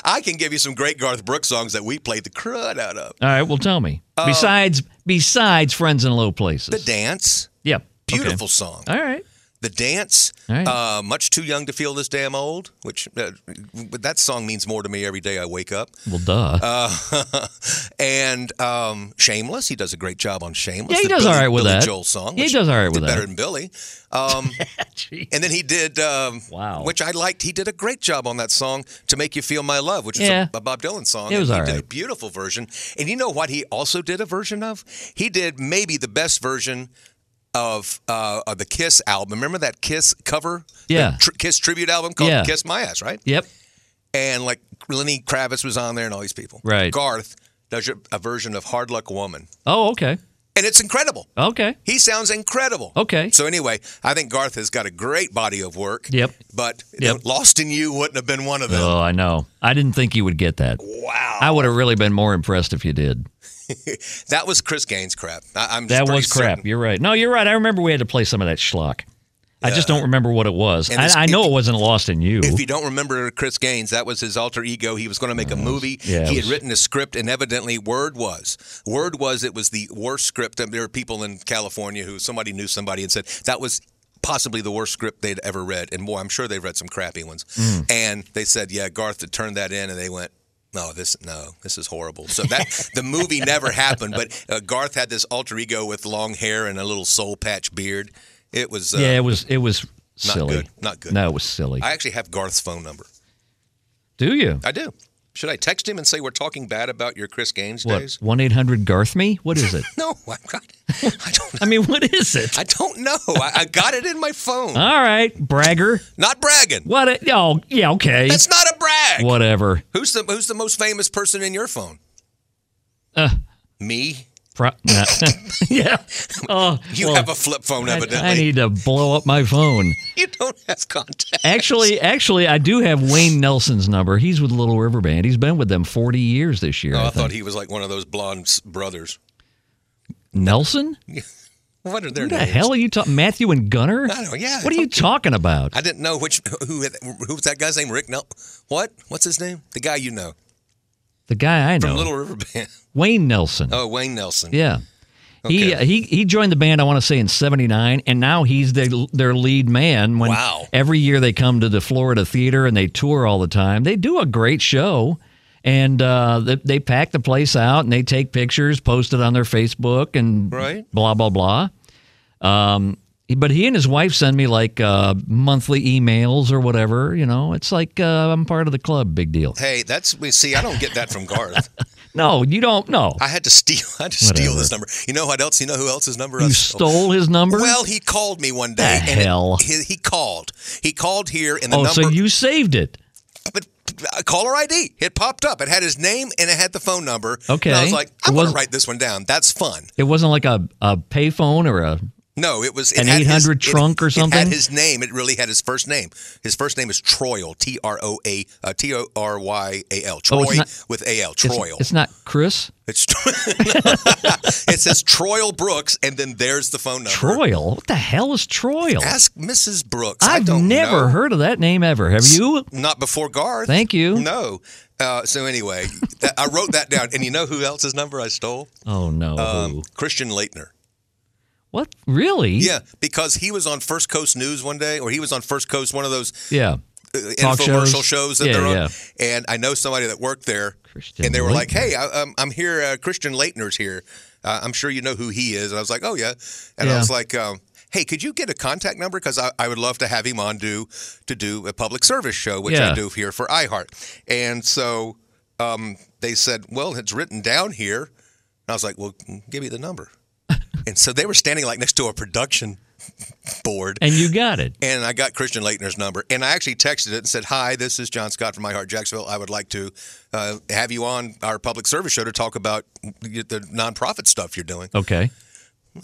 C: All
B: I can give you some great Garth Brooks songs that we played the crud out of.
C: right, well, tell me. besides, besides friends in low places.
B: Um, The Dance,
C: yeah.
B: beautiful song.
C: Okay. All right.
B: The Dance,
C: All right.
B: uh, much too young to feel this damn old, which uh, but that song means more to me every day I wake up.
C: Well, duh.
B: Uh, and um, Shameless, he does a great job on Shameless.
C: Yeah,
B: the
C: he does
B: Billy,
C: all right with
B: Billy
C: that.
B: Joel song.
C: Yeah, he
B: which
C: does all right
B: did
C: with
B: better
C: that.
B: than Billy. Um,
C: Gee.
B: and then he did, um,
C: Wow.
B: which I liked. He did a great job on that song "To Make You Feel My Love," which is
C: Yeah.
B: a, a Bob Dylan song.
C: It
B: and
C: was
B: he
C: all
B: did a
C: right.
B: beautiful version. And you know what? He also did a version of. He did maybe the best version of, uh, of the Kiss album. Remember that Kiss cover? The
C: Yeah.
B: tr- Kiss tribute album called
C: Yeah.
B: "Kiss My Ass," right?
C: yep.
B: and like Lenny Kravitz was on there and all these people.
C: Right.
B: Garth does a- a version of Hard Luck Woman.
C: Oh, okay.
B: And it's incredible.
C: Okay.
B: He sounds incredible.
C: Okay.
B: So anyway, I think Garth has got a great body of work.
C: Yep.
B: But
C: Yep.
B: Lost in You wouldn't have been one of them.
C: Oh, I know. I didn't think you would get that.
B: Wow.
C: I would have really been more impressed if you did.
B: That was Chris Gaines crap. I, I'm just
C: That
B: pretty
C: was crap.
B: certain.
C: You're right. No, you're right. I remember we had to play some of that schlock. I just don't remember what it was.
B: And it's-
C: I, I know
B: if-
C: it wasn't lost in you.
B: If you don't remember Chris Gaines, that was his alter ego. He was going to make a movie.
C: yeah, it
B: he had
C: was-
B: written a script, and evidently, word was word was it was the worst script. And There were people in California who somebody knew somebody and said that was possibly the worst script they'd ever read. And boy, I'm sure they've read some crappy ones. And they said, yeah, Garth had turned that in, and they went. No, this no, this is horrible. So that the movie never happened, but uh, Garth had this alter ego with long hair and a little soul patch beard. It was uh,
C: yeah, it was. It was
B: Not
C: silly.
B: good. Not good.
C: No, it was silly.
B: I actually have Garth's phone number.
C: Do you?
B: I do. Should I text him and say we're talking bad about your Chris Gaines
C: What?
B: days?
C: One eight hundred Garth me? What is it?
B: No, I'm not. I don't.
C: I mean, what is it?
B: I don't know. I, I got it in my phone.
C: All right, bragger.
B: Not bragging.
C: What? A, oh, yeah. Okay.
B: That's not a brag.
C: Whatever.
B: Who's the Who's the most famous person in your phone?
C: Uh.
B: Me.
C: Pro- nah. yeah. Oh,
B: You
C: well,
B: have a flip phone,
C: I-
B: evidently.
C: I need to blow up my phone.
B: you don't have contact.
C: Actually, actually, I do have Wayne Nelson's number. He's with Little River Band. He's been with them 40 years this year.
B: Oh, I
C: I think.
B: thought he was like one of those blonde s- brothers.
C: Nelson?
B: What are their
C: Who the
B: names?
C: hell are you talking? Matthew and Gunner?
B: I don't- yeah,
C: What are you talking about?
B: I didn't know which who who was that guy's name. Rick. No. What? What's his name? The guy you know
C: The guy I
B: from
C: know,
B: Little River Band.
C: Wayne Nelson.
B: Oh, Wayne Nelson.
C: Yeah. He,
B: Okay.
C: he he joined the band I want to say in '79, and now he's their their lead man. When
B: Wow.
C: every year they come to the Florida theater and they tour all the time. They do a great show, and uh, they, they pack the place out and they take pictures, post it on their Facebook, and
B: Right.
C: blah blah blah. Um, but he and his wife send me like uh, monthly emails or whatever. You know, it's like uh, I'm part of the club, big deal.
B: Hey, that's we see. I don't get that from Garth.
C: No, you don't. No,
B: I had to steal. I had to steal this number. You know what else? You know who else's number? I
C: you stole his number.
B: Well, he called me one day.
C: The
B: and it-
C: hell.
B: he, he called. He called here, and the
C: oh,
B: number.
C: so you saved it.
B: but, uh, caller ID. It popped up. It had his name and it had the phone number.
C: Okay.
B: And I was like,
C: It
B: I'm going to
C: wasn't-
B: write this one down. That's fun.
C: It wasn't like a, a payphone or a.
B: No, it was it
C: An
B: had his-
C: 800
B: it-
C: trunk or
B: It
C: something?
B: had his name. It really had his first name. His first name is Troyal. T R O A uh, T O R Y A L. Troy
C: Oh, not-
B: with A L.
C: It's,
B: Troyal.
C: it's not Chris
B: It's it says Troyal Brooks, and then there's the phone number.
C: Troil. What the hell is Troil?
B: Ask Mrs. Brooks. I
C: I've
B: don't
C: never
B: know.
C: heard of that name ever. Have you?
B: Not before Garth.
C: Thank you.
B: No. Uh, so anyway, that, I wrote that down, and you know who else's number I stole?
C: Oh no.
B: Um, Christian Leitner.
C: what? Really?
B: Yeah, because he was on First Coast News one day, or he was on First Coast, one of those
C: Yeah.
B: uh,
C: Talk
B: infomercial
C: shows.
B: shows, that
C: Yeah,
B: they're on.
C: yeah.
B: And I know somebody that worked there,
C: Christian
B: and they were like,
C: Leitner.
B: "Hey, I, um, I'm here. Uh, Christian Leitner's here. Uh, I'm sure you know who he is." And I was like, "Oh yeah," and
C: Yeah.
B: I was like. Um, Hey, could you get a contact number? Because I, I would love to have him on do to do a public service show, which
C: Yeah.
B: I do here for iHeart. And so um, they said, "Well, it's written down here." And I was like, "Well, give me the number." and so they were standing like next to a production board,
C: And you got it.
B: and I got Christian Leitner's number, and I actually texted it and said, "Hi, this is John Scott from My Heart Jacksonville. I would like to uh, have you on our public service show to talk about the nonprofit stuff you're doing."
C: Okay.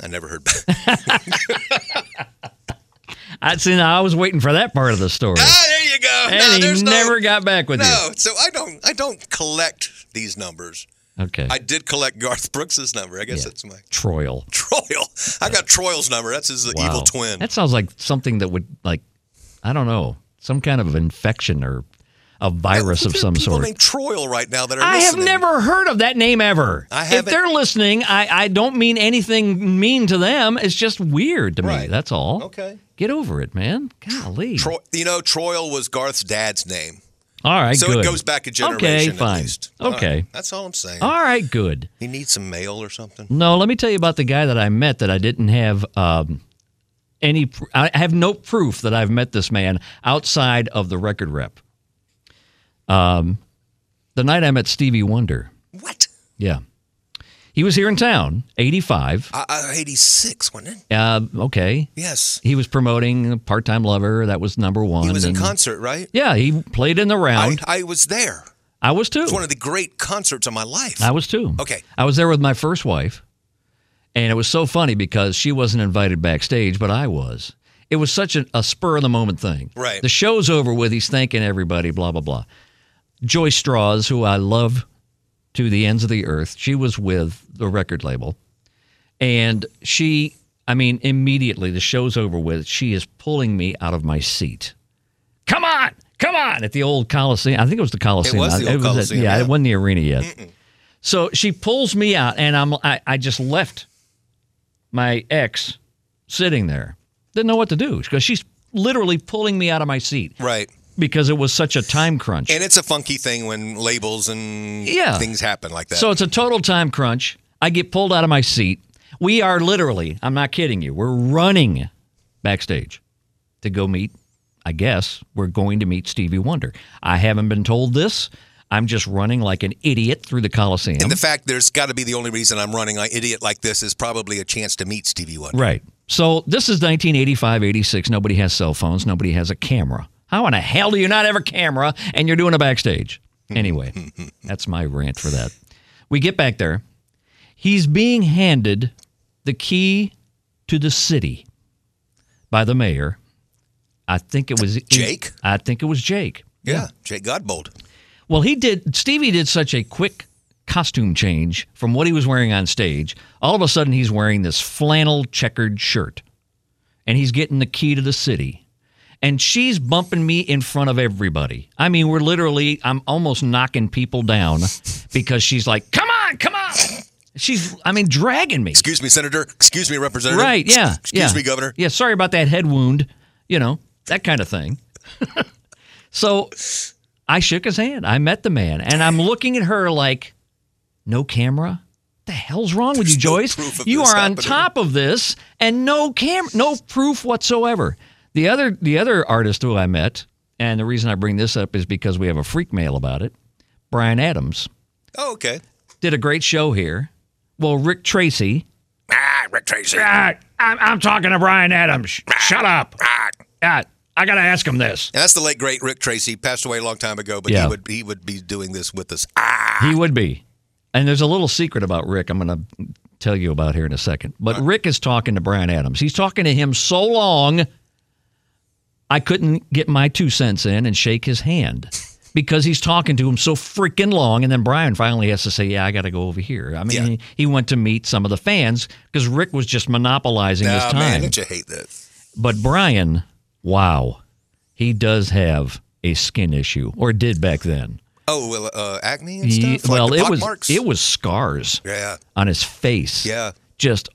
B: I never heard back.
C: I see. Now I was waiting for that part of the story,
B: ah, there you go.
C: and
B: no,
C: he
B: there's
C: never
B: no,
C: got back with you.
B: No, so I don't. I don't collect these numbers.
C: Okay.
B: I did collect Garth Brooks's number. I guess that's my
C: Troil.
B: Troil. I got Troil's number. That's his
C: Wow.
B: evil twin.
C: That sounds like something that would like, I don't know, some kind of infection or a virus of
B: There are
C: some
B: people
C: sort.
B: named Troil right now that are
C: I have
B: listening.
C: never heard of that name ever.
B: I
C: if
B: haven't-
C: they're listening, I, I don't mean anything mean to them. It's just weird to me.
B: Right.
C: That's all.
B: Okay.
C: Get over it, man. Golly.
B: Troy, you know, Troil was Garth's dad's name.
C: all right,
B: So
C: good.
B: it goes back a generation.
C: Okay,
B: at
C: fine.
B: least. All right.
C: Okay.
B: That's all I'm saying.
C: All right, good.
B: He needs some mail or something.
C: No, let me tell you about the guy that I met that I didn't have um, any. Pr- I have no proof that I've met this man outside of the record rep. Um, the night I met Stevie Wonder,
B: What?
C: yeah, he was here in town, eighty-five.
B: I, I, 86, wasn't it?
C: Uh, okay,
B: Yes.
C: he was promoting part-time lover. That was number one.
B: He was in
C: and-
B: concert, right?
C: yeah, he played in the
B: I,
C: round.
B: I was there.
C: I, was too.
B: It's one of the great concerts of my life.
C: I was too.
B: Okay.
C: I was there with my first wife, and it was so funny because she wasn't invited backstage, but I was. It was such a, a spur of the moment thing.
B: Right.
C: The show's over with. He's thanking everybody, blah, blah, blah. Joy Straws, who I love to the ends of the earth, she was with the record label. And she, I mean, immediately the show's over with. She is pulling me out of my seat. Come on, come on! At the old Coliseum, I think it was the Coliseum.
B: was the
C: I-
B: old
C: at-
B: Coliseum,
C: yeah,
B: yeah.
C: it wasn't the arena yet. So she pulls me out, and I'm I, I just left my ex sitting there. Didn't know what to do because she's literally pulling me out of my seat
B: right.
C: because it was such a time crunch.
B: And it's a funky thing when labels and
C: Yeah.
B: things happen like that.
C: So it's a total time crunch. I get pulled out of my seat. We are literally, I'm not kidding you, we're running backstage to go meet, I guess, we're going to meet Stevie Wonder. I haven't been told this. I'm just running like an idiot through the Coliseum.
B: and the fact there's got to be the only reason I'm running an idiot like this is probably a chance to meet Stevie Wonder.
C: right. So this is 1985, 86. Nobody has cell phones, nobody has a camera. How in the hell do you not have a camera and you're doing a backstage? Anyway, that's my rant for that. We get back there. He's being handed the key to the city by the mayor. I think it was
B: Jake?
C: I think it was Jake.
B: Yeah. Jake Godbold.
C: Well, he did. Stevie did such a quick costume change from what he was wearing on stage. All of a sudden, he's wearing this flannel checkered shirt, and he's getting the key to the city. And she's bumping me in front of everybody. I mean, we're literally, I'm almost knocking people down because she's like, come on, come on. She's, I mean, dragging me.
B: Excuse me, Senator. Excuse me, Representative.
C: Right. Yeah.
B: Excuse
C: yeah.
B: me, Governor.
C: Yeah. Sorry about that head wound. You know that kind of thing. so I shook his hand. I met the man, and I'm looking at her like, no camera. The hell's wrong with you,
B: There's no
C: Joyce?
B: proof of
C: you
B: this
C: are on
B: happening."
C: top of this, and no cam, no proof whatsoever. The other, the other artist who I met, and the reason I bring this up is because we have a freak mail about it. Brian Adams
B: Oh, okay.
C: did a great show here. Well, Rick Tracy,
B: Ah, Rick Tracy.
C: uh, I'm, I'm talking to Brian Adams. Shut up.
B: Ah.
C: Uh, I got to ask him this.
B: That's the late great Rick Tracy. Passed away a long time ago, but
C: Yeah.
B: he would he would be doing this with us. Ah,
C: He would be. And there's a little secret about Rick I'm going to tell you about here in a second.
B: Uh.
C: But Rick is talking to Brian Adams. He's talking to him so long, I couldn't get my two cents in and shake his hand because he's talking to him so freaking long. And then Brian finally has to say, Yeah, I got to go over here. I mean,
B: Yeah.
C: he, he went to meet some of the fans because Rick was just monopolizing his
B: Ah,
C: time.
B: man, don't you hate this?
C: But Brian, wow, he does have a skin issue, or did back then.
B: Oh well, uh, acne and
C: He-
B: stuff. Like
C: well,
B: the
C: it
B: pock
C: was
B: marks?
C: it was scars
B: Yeah,
C: on his face.
B: yeah.
C: just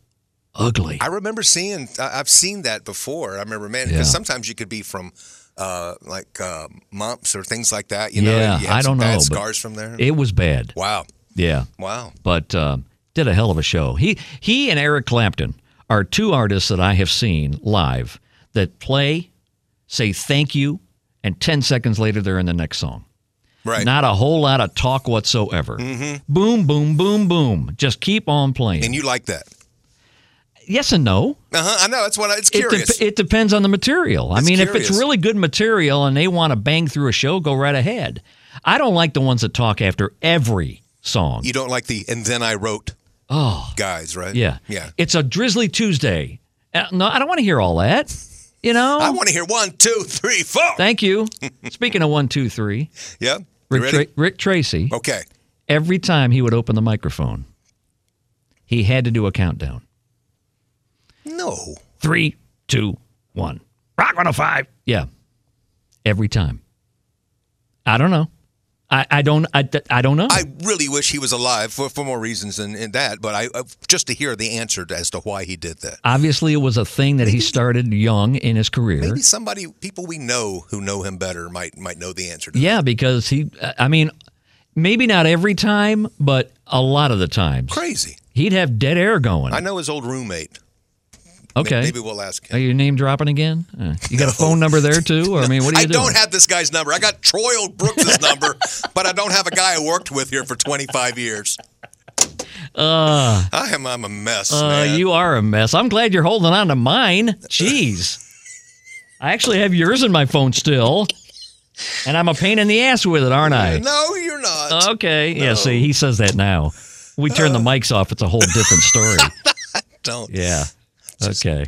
C: ugly.
B: I remember seeing. I, I've seen that before. I remember, man, because
C: Yeah.
B: sometimes you could be from. Uh, like uh, mumps or things like that, you know.
C: Yeah,
B: and you have
C: I
B: some
C: don't know,
B: Bad
C: but
B: scars from there.
C: It was bad.
B: wow,
C: Yeah,
B: wow.
C: but um, did a hell of a show. He he and Eric Clapton are two artists that I have seen live that play, say thank you, and ten seconds later they're in the next song.
B: Right. Mm-hmm.
C: Not a whole lot of talk whatsoever. Boom, boom, boom, boom. Just keep on playing.
B: and you like that?
C: yes and no.
B: Uh huh. I know. That's what I, it's
C: It,
B: curious.
C: dep- it depends on the material. I
B: It's
C: mean, if it's
B: curious.
C: really good material and they want to bang through a show, go right ahead. I don't like the ones that talk after every song.
B: you don't like the and then I wrote. Oh. Guys, right?
C: yeah.
B: Yeah.
C: It's a drizzly Tuesday. Uh, no, I don't want to hear all that. You know?
B: I want to hear one, two, three, four.
C: Thank you. Speaking of one, two, three,
B: yeah. You
C: Rick,
B: ready? Oh.
C: Tra- Rick Tracy
B: okay.
C: every time he would open the microphone, he had to do a countdown.
B: No.
C: Three, two, one. oh Rock 105. Yeah. Every time. I don't know. I, I don't I, I don't know.
B: I really wish he was alive for, for more reasons than, than that, but I uh, just to hear the answer as to why he did that.
C: Obviously, it was a thing that he started young in his career.
B: Maybe somebody, people we know who know him better, might might know the answer. To
C: Yeah, because he, I mean, maybe not every time, but a lot of the times.
B: Crazy.
C: He'd have dead air going.
B: I know his old roommate. May-
C: okay.
B: Maybe we'll ask
C: Are
B: him.
C: you name dropping again? Uh, you got a phone number there too? Or I mean, what do
B: I
C: you do?
B: don't have this guy's number. I got Troy Old Brooks' number, but I don't have a guy I worked with here for 25 years. I am. I'm a mess,
C: Uh,
B: man.
C: you are a mess. I'm glad you're holding on to mine. Jeez. I actually have yours in my phone still. And I'm a pain in the ass with it, aren't I?
B: no, you're not.
C: Uh. Okay. Yeah, see, he says that now. We turn the mics off, it's a whole different story.
B: don't.
C: Yeah. Okay.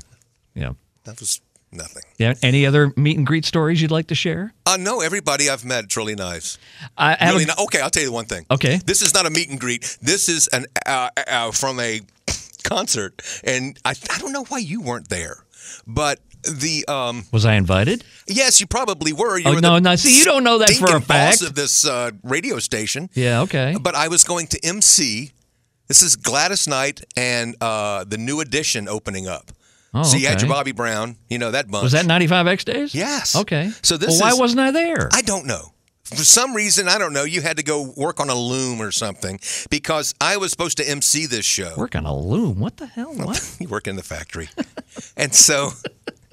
C: Yeah.
B: That was nothing.
C: Yeah. Any other meet and greet stories you'd like to share?
B: Uh, no, everybody I've met is really nice.
C: I have
B: Really
C: a-
B: ni- okay, I'll tell you one thing.
C: Okay.
B: This is not a meet and greet. This is an uh, uh, from a concert, and I, I don't know why you weren't there, but the um
C: was I invited?
B: yes, you probably were. You
C: Oh,
B: were
C: no,
B: the
C: no, see, you don't know that for a
B: stinking boss
C: fact.
B: Of this uh, radio station,
C: Yeah. Okay.
B: but I was going to MC. This is Gladys Knight and uh, the New Edition opening up.
C: Oh,
B: so you had your
C: okay.
B: Bobby Brown, you know that bunch.
C: Was that 95X days?
B: Yes.
C: Okay.
B: So this
C: Well, why
B: is-
C: wasn't I there?
B: I don't know. For some reason, I don't know. You had to go work on a loom or something because I was supposed to MC this show.
C: Work on a loom. What the hell? What?
B: You work in the factory, and so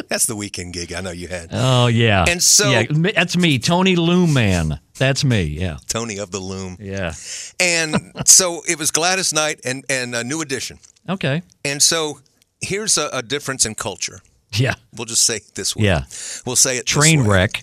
B: that's the weekend gig I know you had.
C: Oh yeah.
B: And so-
C: yeah, m- that's me, Tony Loom Man. That's me. Yeah.
B: Tony of the Loom,
C: Yeah.
B: and so it was Gladys Knight and and a New Edition.
C: Okay.
B: And so here's a, a difference in culture.
C: Yeah.
B: We'll just say it this way.
C: Yeah.
B: We'll say it. this
C: Train
B: way.
C: wreck.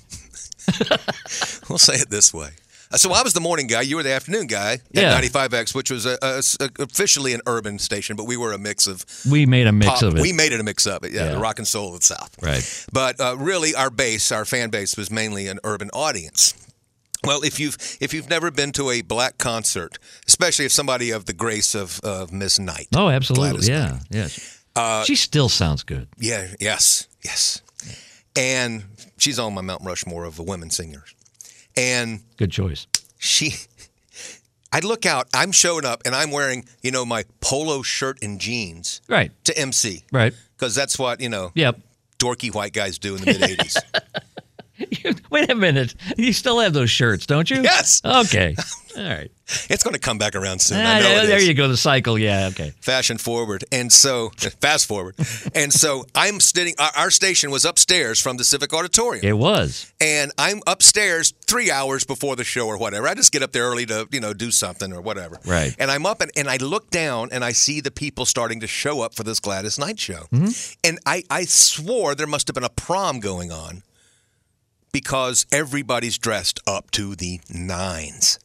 B: We'll say it this way. Uh, So I was the morning guy. You were the afternoon guy at
C: Yeah.
B: 95X, which was a, a- s- officially an urban station, but we were a mix of
C: We made a mix
B: pop.
C: of it.
B: Uh, We made it a mix of it. Yeah,
C: Yeah.
B: the rock and soul of the South.
C: Right.
B: But uh, really, our base, our fan base, was mainly an urban audience. Well, if you've if you've never been to a black concert, especially if somebody of the grace of, of Miss Knight.
C: oh, absolutely.
B: Gladys Knight. Uh,
C: Yeah. Yeah. she still sounds good.
B: Yeah. Yes. Yes. And she's on my Mount Rushmore of women singers. And
C: Good choice.
B: she I look out, I'm showing up and I'm wearing, you know, my polo shirt and jeans
C: Right.
B: to MC.
C: Right.
B: Because that's what, you know,
C: Yep.
B: dorky white guys do in the mid 80s.
C: Wait a minute. You still have those shirts, don't you?
B: Yes.
C: Okay. All right.
B: it's going to come back around soon.
C: Ah,
B: I know.
C: there
B: it is.
C: you go. The cycle. Yeah. Okay.
B: Fashion forward. And so, fast forward. And so I'm sitting, our, our station was upstairs from the Civic Auditorium.
C: It was.
B: and I'm upstairs three hours before the show or whatever. I just get up there early to you know do something or whatever.
C: Right.
B: And I'm up and, and I look down and I see the people starting to show up for this Gladys Knight show,
C: Mm-hmm.
B: and I I swore there must have been a prom going on because everybody's dressed up to the nines.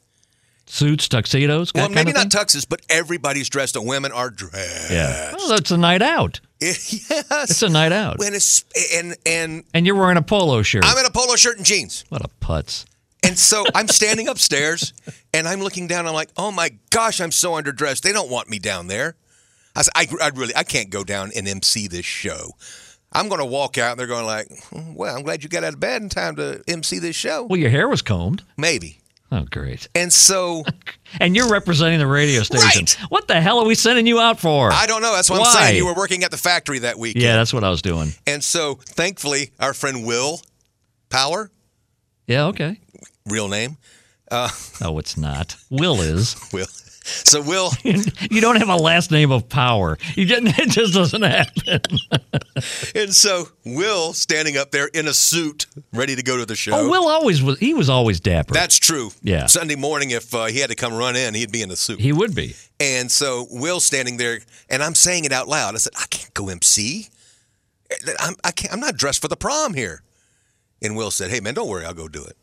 C: Suits, tuxedos.
B: Well,
C: that
B: maybe
C: kind of
B: not tuxes, but everybody's dressed. And women are dressed.
C: thing? yeah. Well, it's a night out. It's
B: yes.
C: a night out.
B: When it's, and and
C: And you're wearing a polo shirt.
B: I'm in a polo shirt and jeans.
C: what a putz.
B: And so I'm standing upstairs and I'm looking down. I'm like, oh my gosh, I'm so underdressed. They don't want me down there. I said, I, I really, I can't go down and MC this show. I'm going to walk out. And they're going like, "Hmm, well, I'm glad you got out of bed in time to MC this show.
C: Well, your hair was combed.
B: Maybe.
C: Oh, great.
B: And so
C: And you're representing the radio station.
B: Right.
C: What the hell are we sending you out for?
B: I don't know. That's what
C: Why?
B: I'm saying. You were working at the factory that weekend.
C: yeah, that's what I was doing.
B: And so thankfully, our friend Will Power,
C: Yeah, okay.
B: real name,
C: No, it's not. Will is.
B: Will. So Will
C: you don't have a last name of power. You get it just doesn't happen.
B: and so Will standing up there in a suit, ready to go to the show.
C: Oh, Will always was. He was always dapper.
B: That's true.
C: Yeah.
B: Sunday morning, if uh, he had to come run in, he'd be in a suit.
C: he would be.
B: and so Will's standing there, and I'm saying it out loud. I said, I can't go MC. I'm, I can't, I'm not dressed for the prom here. And Will said, Hey man, don't worry, I'll go do it.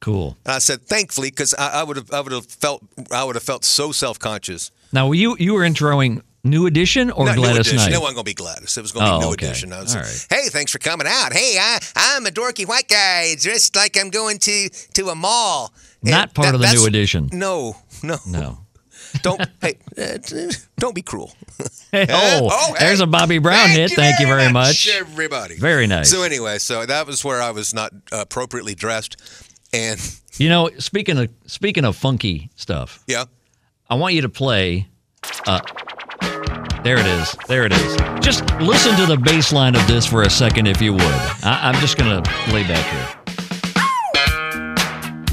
C: Cool.
B: And I said, Thankfully, because I, I would have, I would have felt, I would have felt so self conscious.
C: Now you you were introing New Edition or Gladys
B: new edition.
C: Knight.
B: No, I'm going to be Gladys. It was going to
C: Oh,
B: be new
C: okay.
B: edition. I was
C: All
B: like,
C: right.
B: Hey, thanks for coming out. Hey, I, I'm a dorky white guy dressed like I'm going to to a mall. And
C: Not part of the
B: that's- Oh,
C: New Edition.
B: No, no,
C: No.
B: Don't hey, uh, t- don't be cruel.
C: Hey, oh,
B: oh, hey.
C: there's a Bobby Brown hit. Thank you very much.
B: everybody.
C: Very nice.
B: So anyway, so that was where I was not appropriately dressed, and
C: You know, speaking of speaking of funky stuff,
B: yeah,
C: I want you to play. Uh, there it is. There it is. Just listen to the bass line of this for a second, if you would. I, I'm just gonna lay back here.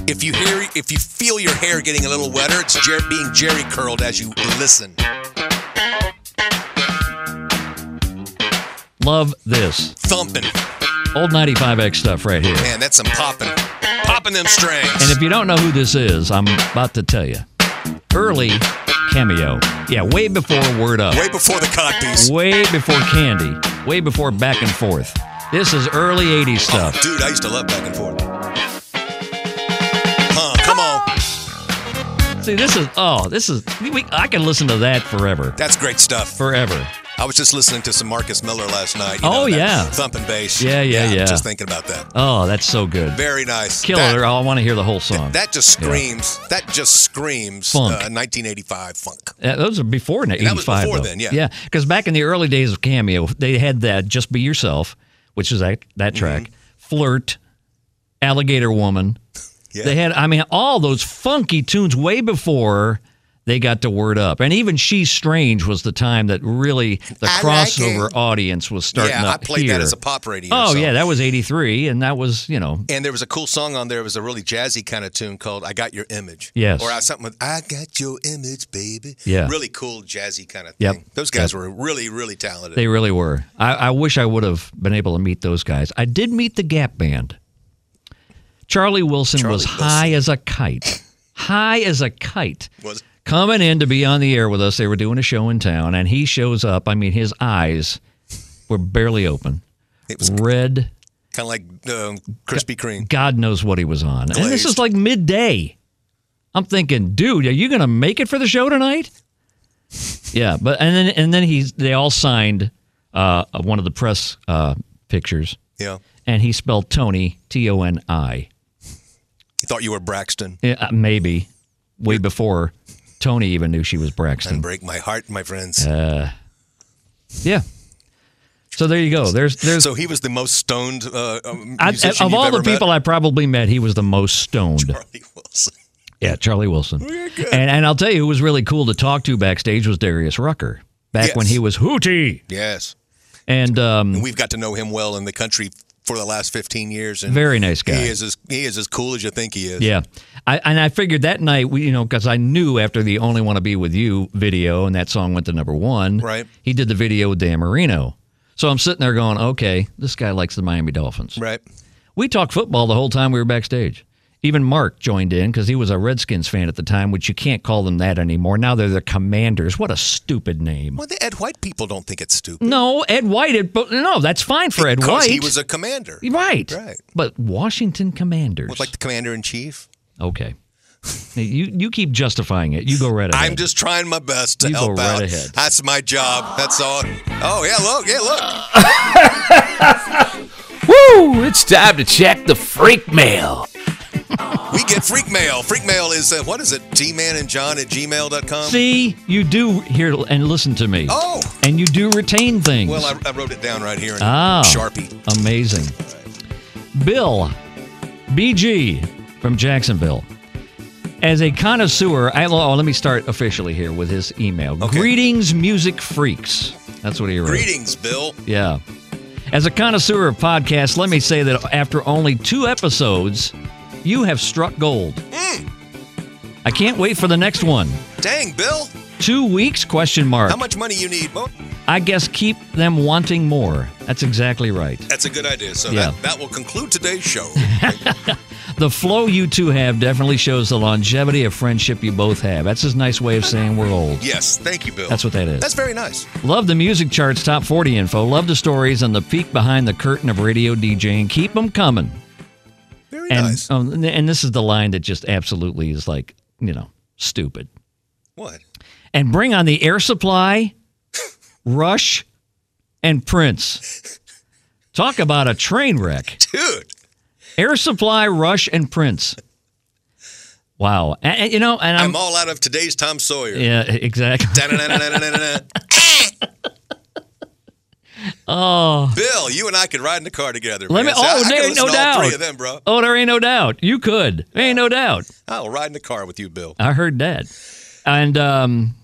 B: if you hear, if you feel your hair getting a little wetter, it's Jer- being Jerry curled as you listen.
C: Love this
B: Thumping,
C: old 95X stuff right here.
B: man, that's some popping, popping them strings.
C: And if you don't know who this is, I'm about to tell you. Early cameo. Yeah, way before Word Up.
B: Way before the cockpiece.
C: Way before Candy. Way before Back and Forth. This is early 80s stuff.
B: Dude, I used to love back and forth. Huh, come on.
C: See, this is, oh, this is, we, I can listen to that forever.
B: That's great stuff.
C: Forever.
B: I was just listening to some Marcus Miller last night. you
C: Oh,
B: know, that
C: yeah.
B: Thumping bass.
C: Yeah, yeah, yeah.
B: Just thinking about that.
C: Oh, that's so good.
B: Very nice.
C: Killer.
B: That,
C: Oh, I want to hear the whole song.
B: that just screams, that just screams
C: Funk.
B: Uh, 1985 funk.
C: Yeah, those are before na- 85.
B: that was before
C: though.
B: then, yeah.
C: Yeah, because back in the early days of Cameo, they had that Just Be Yourself, which is that, that
B: Mm-hmm.
C: track, Flirt, Alligator Woman.
B: Yeah.
C: They had, I mean, all those funky tunes way before they got to Word Up. And even She's Strange was the time that really the
B: I like
C: crossover
B: it.
C: audience was starting
B: yeah, I
C: up
B: played
C: here.
B: that as a pop radio.
C: Oh,
B: song.
C: yeah, that was 83, and that was, you know,
B: And there was a cool song on there. It was a really jazzy kind of tune called "I Got Your Image."
C: Yes.
B: Or I, something with "I Got Your Image, Baby."
C: Yeah.
B: Really cool jazzy kind of
C: Yep.
B: thing. Those guys were really, really talented.
C: they really were. I, I wish I would have been able to meet those guys. I did meet the Gap Band. Charlie Wilson was
B: Wilson.
C: high as a kite. high as a kite.
B: was
C: coming in to be on the air with us. They were doing a show in town, and he shows up. I mean, his eyes were barely open.
B: It was-
C: red.
B: kind of like um, Krispy Kreme.
C: God knows what he was on. And this is
B: Glazed.
C: like midday. I'm thinking, dude, are you going to make it for the show tonight? Yeah, but and then and then he's they all signed uh, one of the press uh, pictures,
B: Yeah.
C: and he spelled Tony T O N I.
B: You thought you were Braxton.
C: Yeah, uh, Maybe way before Tony even knew she was Braxton.
B: And break my heart, my friends.
C: Yeah. So there you go. There's there's
B: so he was the most stoned uh, um,
C: I,
B: musician
C: of
B: you've
C: all the
B: ever met?
C: people I probably met, he was the most stoned.
B: Charlie Wilson.
C: Yeah, Charlie Wilson. And and I'll tell you who was really cool to talk to backstage was Darius Rucker back when
B: Yes.
C: he was Hootie.
B: Yes.
C: And um,
B: And we've got to know him well in the country for the last 15 years. And
C: Very nice guy.
B: He is as, he is as cool as you think he is.
C: yeah, I, and I figured that night, we, you know, because I knew after the "Only Want to Be with You" video and that song went to number one.
B: Right.
C: He did the video with Dan Marino. So I'm sitting there going, okay, this guy likes the Miami Dolphins.
B: Right.
C: We talked football the whole time we were backstage. Even Mark joined in because he was a Redskins fan at the time, which you can't call them that anymore. Now they're the Commanders. What a stupid name.
B: Well, the Ed White people don't think it's stupid.
C: No, Ed White. It, but no, that's fine for Ed
B: Because
C: White.
B: he was a commander.
C: right.
B: Right.
C: But Washington Commanders.
B: Was like the commander in chief.
C: okay. you you keep justifying it. You go right ahead.
B: I'm just trying my best to
C: You go
B: help
C: right
B: out.
C: ahead.
B: That's my job. That's all. Oh yeah, look, yeah, look.
A: Woo! It's time to check the freak mail.
B: We get freak mail. Freak mail is uh, what is it? Gman and John at gmail.com.
C: See, you do hear and listen to me.
B: Oh.
C: And you do retain things.
B: Well, I, I wrote it down right here in
C: Ah.
B: Sharpie.
C: Amazing. Bill, BG from Jacksonville. As a connoisseur, I, oh, let me start officially here with his email.
B: Okay.
C: Greetings, music freaks. That's what he wrote.
B: Greetings, Bill.
C: Yeah. As a connoisseur of podcasts, let me say that after only two episodes, you have struck gold. I can't wait for the next one.
B: Mm. Dang, Bill.
C: Two weeks? Question mark.
B: How much money you need? Well,
C: I guess keep them wanting more. That's exactly right.
B: that's a good idea. So
C: Yeah.
B: that, that will conclude today's show.
C: The flow you two have definitely shows the longevity of friendship you both have. That's his nice way of saying we're old.
B: yes, thank you, Bill.
C: That's what that is.
B: That's very nice.
C: Love the music charts, top 40 info. Love the stories and the peek behind the curtain of radio DJing. Keep them coming.
B: Very
C: And,
B: nice.
C: um, and this is the line that just absolutely is like, you know, stupid.
B: What?
C: And bring on the air supply, Rush, and Prince. Talk about a train wreck.
B: Dude.
C: Air Supply, Rush, and Prince. Wow. And, and, you know, and I'm,
B: I'm all out of today's Tom Sawyer.
C: yeah, exactly.
B: Da-na-na-na-na-na-na.
C: Oh,
B: Bill, you and I could ride in the car together.
C: let me.
B: man. So I-
C: Oh,
B: I,
C: there
B: could
C: ain't
B: listen to
C: no
B: all
C: doubt.
B: three of them, bro.
C: Oh, there ain't no doubt. You could. There ain't no doubt.
B: I'll ride in the car with you, Bill.
C: I heard that. And um,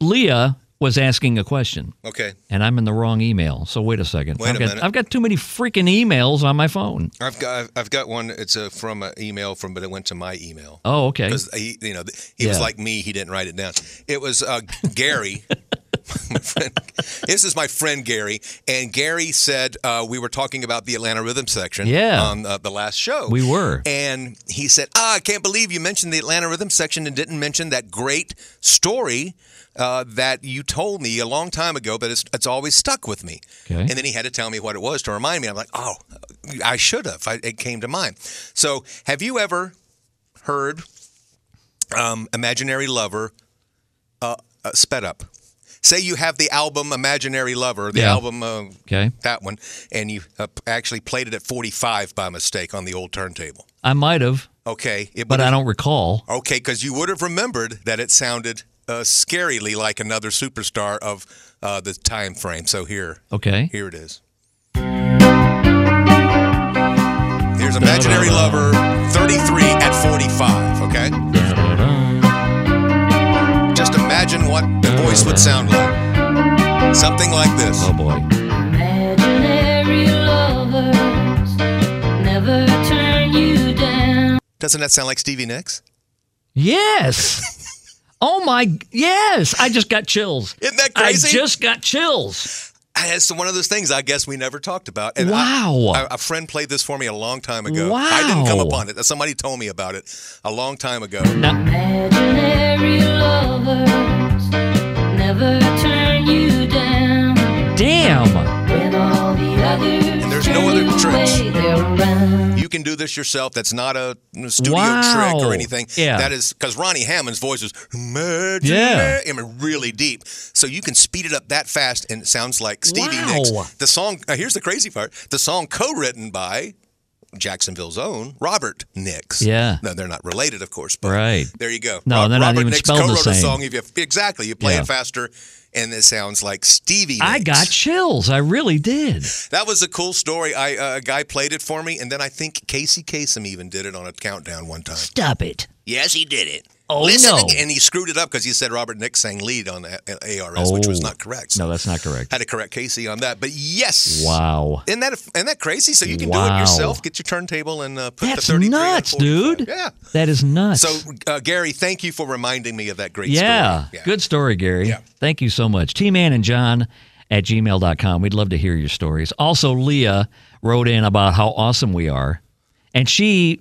C: Leah was asking a question,
B: Okay.
C: and I'm in the wrong email. So wait a second.
B: Wait
C: I've
B: a
C: got,
B: minute.
C: I've got too many freaking emails on my phone.
B: I've got I've got one. It's a, from an email from, but it went to my email
C: Oh, okay.
B: because he you know th- he was
C: Yeah.
B: like me. He didn't write it down. It was uh, Gary. my friend. This is my friend Gary, and Gary said uh, we were talking about the Atlanta rhythm section
C: Yeah.
B: on uh, the last show.
C: We were.
B: and he said, "Ah, I can't believe you mentioned the Atlanta rhythm section and didn't mention that great story." Uh, that you told me a long time ago, but it's, it's always stuck with me.
C: Okay.
B: And then he had to tell me what it was to remind me. I'm like, oh, I should have. I, it came to mind. So, have you ever heard um, Imaginary Lover uh, uh, sped up? Say you have the album Imaginary Lover, the
C: Yeah.
B: album, uh,
C: Okay.
B: that one, and you uh, actually played it at 45 by mistake on the old turntable.
C: I might have,
B: Okay. It
C: but I don't recall.
B: Okay, because you would have remembered that it sounded uh, scarily like another superstar of uh, the time frame. So here,
C: Okay.
B: here it is. Here's Imaginary Lover 33 at 45, okay?
C: Oh,
B: Just imagine what the voice would sound like. Something like this.
C: Oh boy.
E: Imaginary lovers never turn you down.
B: Doesn't that sound like Stevie Nicks?
C: Yes. Oh my. Yes. I just got chills.
B: Isn't that crazy?
C: I just got chills.
B: It's one of those things I guess we never talked about. And I-
C: Wow.
B: I- A friend played this for me a long time ago. I didn't come
C: Oh. Wow.
B: upon it. Somebody told me about it a long time ago.
C: Now,
E: Imaginary lovers never turn you down.
C: damn.
E: When all the others
B: there's
E: turn
B: no other
E: you
B: tricks.
E: away, they're around.
B: You can do this yourself. That's not a studio
C: Wow.
B: trick or anything.
C: Yeah.
B: That is because Ronnie Hammond's voice is imagine,
C: Yeah.
B: I mean, really deep. So you can speed it up that fast, and it sounds like Stevie
C: Wow.
B: Nicks. The song. uh, here's the crazy part. The song co-written by Jacksonville's own Robert Nicks.
C: Yeah.
B: No, they're not related, of course. But
C: Right.
B: There you go.
C: No,
B: Rob-
C: they're not
B: Robert
C: even
B: Nicks
C: spelled the
B: co-wrote a
C: same.
B: song. If you, exactly, you play
C: Yeah.
B: it faster, and it sounds like Stevie. Nicks.
C: I got chills. I really did.
B: That was a cool story. I uh, a guy played it for me, and then I think Casey Kasem even did it on a countdown one time.
C: Stop it.
B: Yes, he did it.
C: Oh,
B: Listen
C: no.
B: ag- and he screwed it up because he said Robert Nick sang lead on the A- ARS, which was
C: Oh.
B: not correct.
C: No, that's not correct.
B: had to correct Casey on that. But yes,
C: Wow.
B: Isn't that isn't that crazy? So you can do
C: Wow.
B: it yourself. Get your turntable and uh, put
C: That's
B: the thirty three.
C: nuts, dude.
B: Yeah.
C: That is nuts.
B: So uh, Gary, thank you for reminding me of that great
C: yeah.
B: story.
C: Good story, Gary.
B: Yeah.
C: Thank you so much. T Man and John at gmail.com. We'd love to hear your stories. Also, Leah wrote in about how awesome we are, and she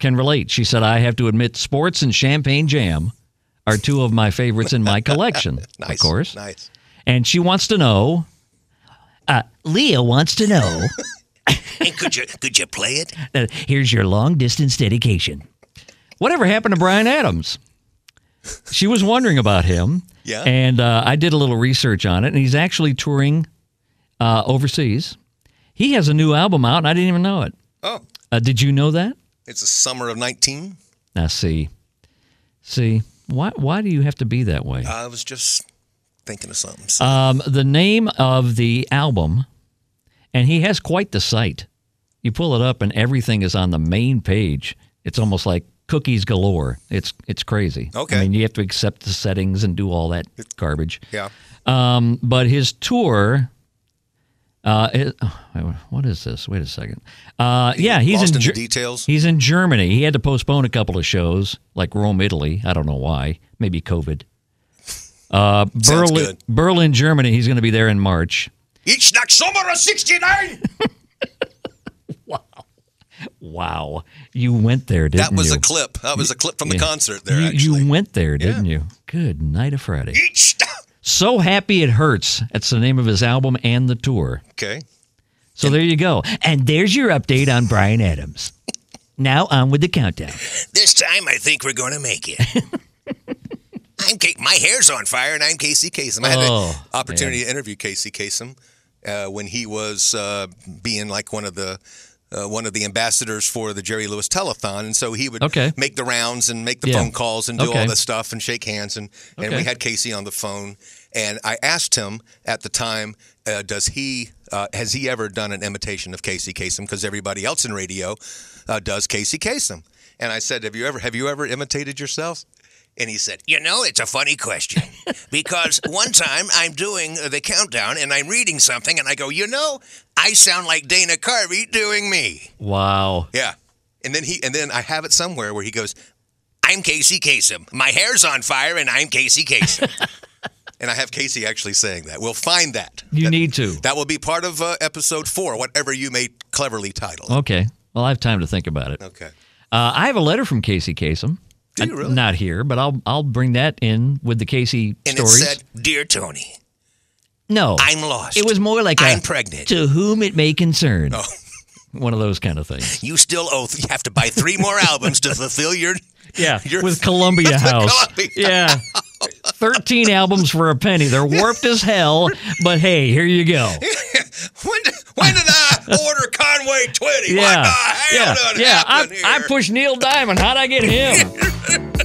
C: can relate. She said, I have to admit, sports and champagne jam are two of my favorites in my collection,
B: Nice.
C: of course.
B: Nice.
C: And she wants to know. Uh, Leah wants to know.
B: And could you could you play it?
C: Uh, here's your long distance dedication. Whatever happened to Brian Adams? She was wondering about him.
B: Yeah.
C: And uh, I did a little research on it, and he's actually touring uh, overseas. He has a new album out, and I didn't even know it.
B: Oh,
C: Uh, did you know that?
B: it's the summer of nineteen.
C: Now, see, see, why, why do you have to be that way?
B: I was just thinking of something.
C: Um, the name of the album, and he has quite the site. You pull it up, and everything is on the main page. It's almost like cookies galore. It's it's crazy.
B: Okay.
C: I mean, you have to accept the settings and do all that garbage.
B: yeah.
C: Um, but his tour. Uh, it, oh, wait, what is this? Wait a second. Uh, yeah, he's
B: Lost
C: in,
B: in the
C: Ger-
B: details.
C: He's in Germany. He had to postpone a couple of shows, like Rome, Italy. I don't know why. Maybe COVID. Uh,
B: Sounds
C: Berlin,
B: good.
C: Berlin, Germany. He's going to be there in March.
B: It's not summer of '69.
C: Wow, you went there, didn't
B: That was
C: you?
B: a clip. That was a clip from the
C: Yeah.
B: concert there.
C: You-
B: actually.
C: you went there, didn't you? Good night of Friday.
B: Each time.
C: So happy it hurts. That's the name of his album and the tour.
B: Okay.
C: So there you go. And there's your update on Brian Adams. Now on with the countdown.
B: This time I think we're going to make it. I'm Ka- my hair's on fire, and I'm Casey Kasem. I had
C: Oh,
B: the opportunity to interview Casey Kasem uh, when he was uh, being like one of the uh, one of the ambassadors for the Jerry Lewis Telethon, and so he would
C: Okay.
B: make the rounds and make the
C: Yeah.
B: phone calls and do
C: Okay.
B: all this stuff and shake hands and and
C: Okay.
B: we had Casey on the phone, and I asked him at the time, uh, does he uh, has he ever done an imitation of Casey Kasem? Because everybody else in radio uh, does Casey Kasem, and I said, have you ever have you ever imitated yourself? And he said, You know, it's a funny question. Because one time I'm doing the countdown and I'm reading something and I go, You know, I sound like Dana Carvey doing me.
C: Wow.
B: Yeah. And then he and then I have it somewhere where he goes, I'm Casey Kasem. My hair's on fire and I'm Casey Kasem. and I have Casey actually saying that. We'll find that.
C: You
B: that,
C: need to.
B: that will be part of uh, episode four, whatever you may cleverly title.
C: Okay. Well, I have time to think about it.
B: Okay.
C: Uh, I have a letter from Casey Kasem.
B: Do you
C: Uh,
B: really?
C: Not here, but I'll I'll bring that in with the Casey
B: And
C: stories.
B: it said, Dear Tony,
C: no,
B: I'm lost.
C: It was more like a
B: I'm pregnant. Oh.
C: To whom it may concern. One of those kind of things.
B: You still owe you have to buy three more albums to fulfill your
C: Yeah.
B: You're-
C: with Columbia House.
B: Columbia
C: yeah. 13 albums for a penny. They're warped as hell, but hey, here you go.
B: when, when did I order Conway 20? What
C: Yeah.
B: the hell
C: yeah.
B: done
C: yeah. I,
B: happened here?
C: I pushed Neil Diamond. How'd I get him?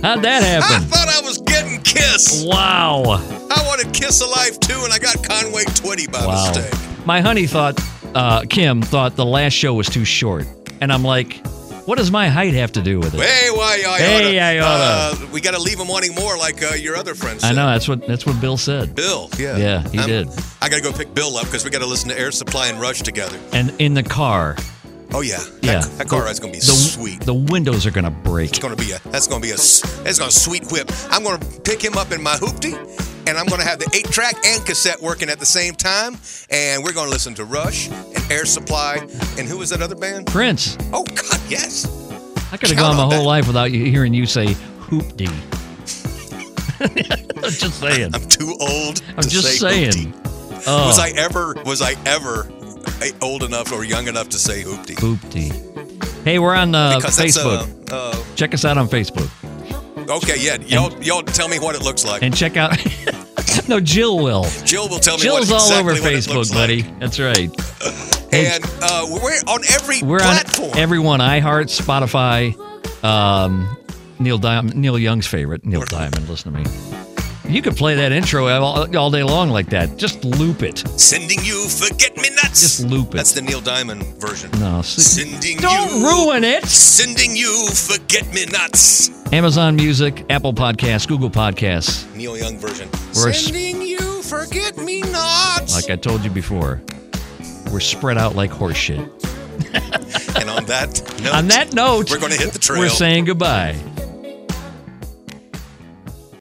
C: How'd that
B: I
C: happen?
B: thought I was getting Kiss.
C: Wow.
B: I want to Kiss Alive too, and I got Conway 20 by mistake.
C: My honey thought, uh, Kim thought the last show was too short. And I'm like, what does my height have to do with it?
B: Hey, why, Iota.
C: Hey, Iota.
B: Uh, we got to leave him wanting more like uh, your other friend said.
C: I know that's what that's what Bill said.
B: Bill. Yeah.
C: Yeah, he did.
B: I got to go pick Bill up because we got to listen to Air Supply and Rush together.
C: And in the car,
B: Oh, yeah.
C: Yeah.
B: That, that car ride's going to be
C: the
B: sweet.
C: the windows are gonna
B: It's
C: break.
B: gonna be a. That's gonna be a. s- That's gonna sweet whip. I'm gonna pick him up in my hoopty, and I'm gonna have the eight track and cassette working at the same time, and we're gonna listen to Rush and Air Supply, and who was that other band?
C: Prince,
B: Oh God, yes.
C: I could
B: Count
C: have gone my
B: on
C: whole
B: that.
C: life without you hearing you say hoopty. just saying.
B: I'm too old.
C: I'm
B: to
C: just
B: say
C: saying.
B: Hoopty.
C: Oh,
B: Was I ever? Was I ever eh, old enough or young enough to say hoopty?
C: hoopty. Hey, we're on uh,
B: Because that's
C: Facebook.
B: a. Uh,
C: check us out on Facebook
B: okay, yeah. Y'all, y'all tell me what it looks like.
C: and check out. no, Jill will.
B: Jill will tell me. what-
C: Jill's all over
B: exactly what it looks
C: Facebook,
B: like.
C: buddy. That's right.
B: And uh, we're on every
C: We're
B: platform.
C: on everyone: iHeart, Spotify, um, Neil Diamond, Neil Young's favorite, Neil Diamond. Listen to me. You could play that intro all, all day long like that. Just loop it.
B: Sending you forget me nuts.
C: Just loop it.
B: That's the Neil Diamond version.
C: No, s-
B: Sending
C: don't
B: you,
C: ruin it.
B: Sending you forget me nuts.
C: Amazon Music, Apple Podcasts, Google Podcasts.
B: Neil Young version.
C: We're a s-
B: Sending you forget me nuts.
C: Like I told you before, we're spread out like horseshit.
B: and on that note,
C: On that note,
B: we're going to hit the trail.
C: we're saying goodbye.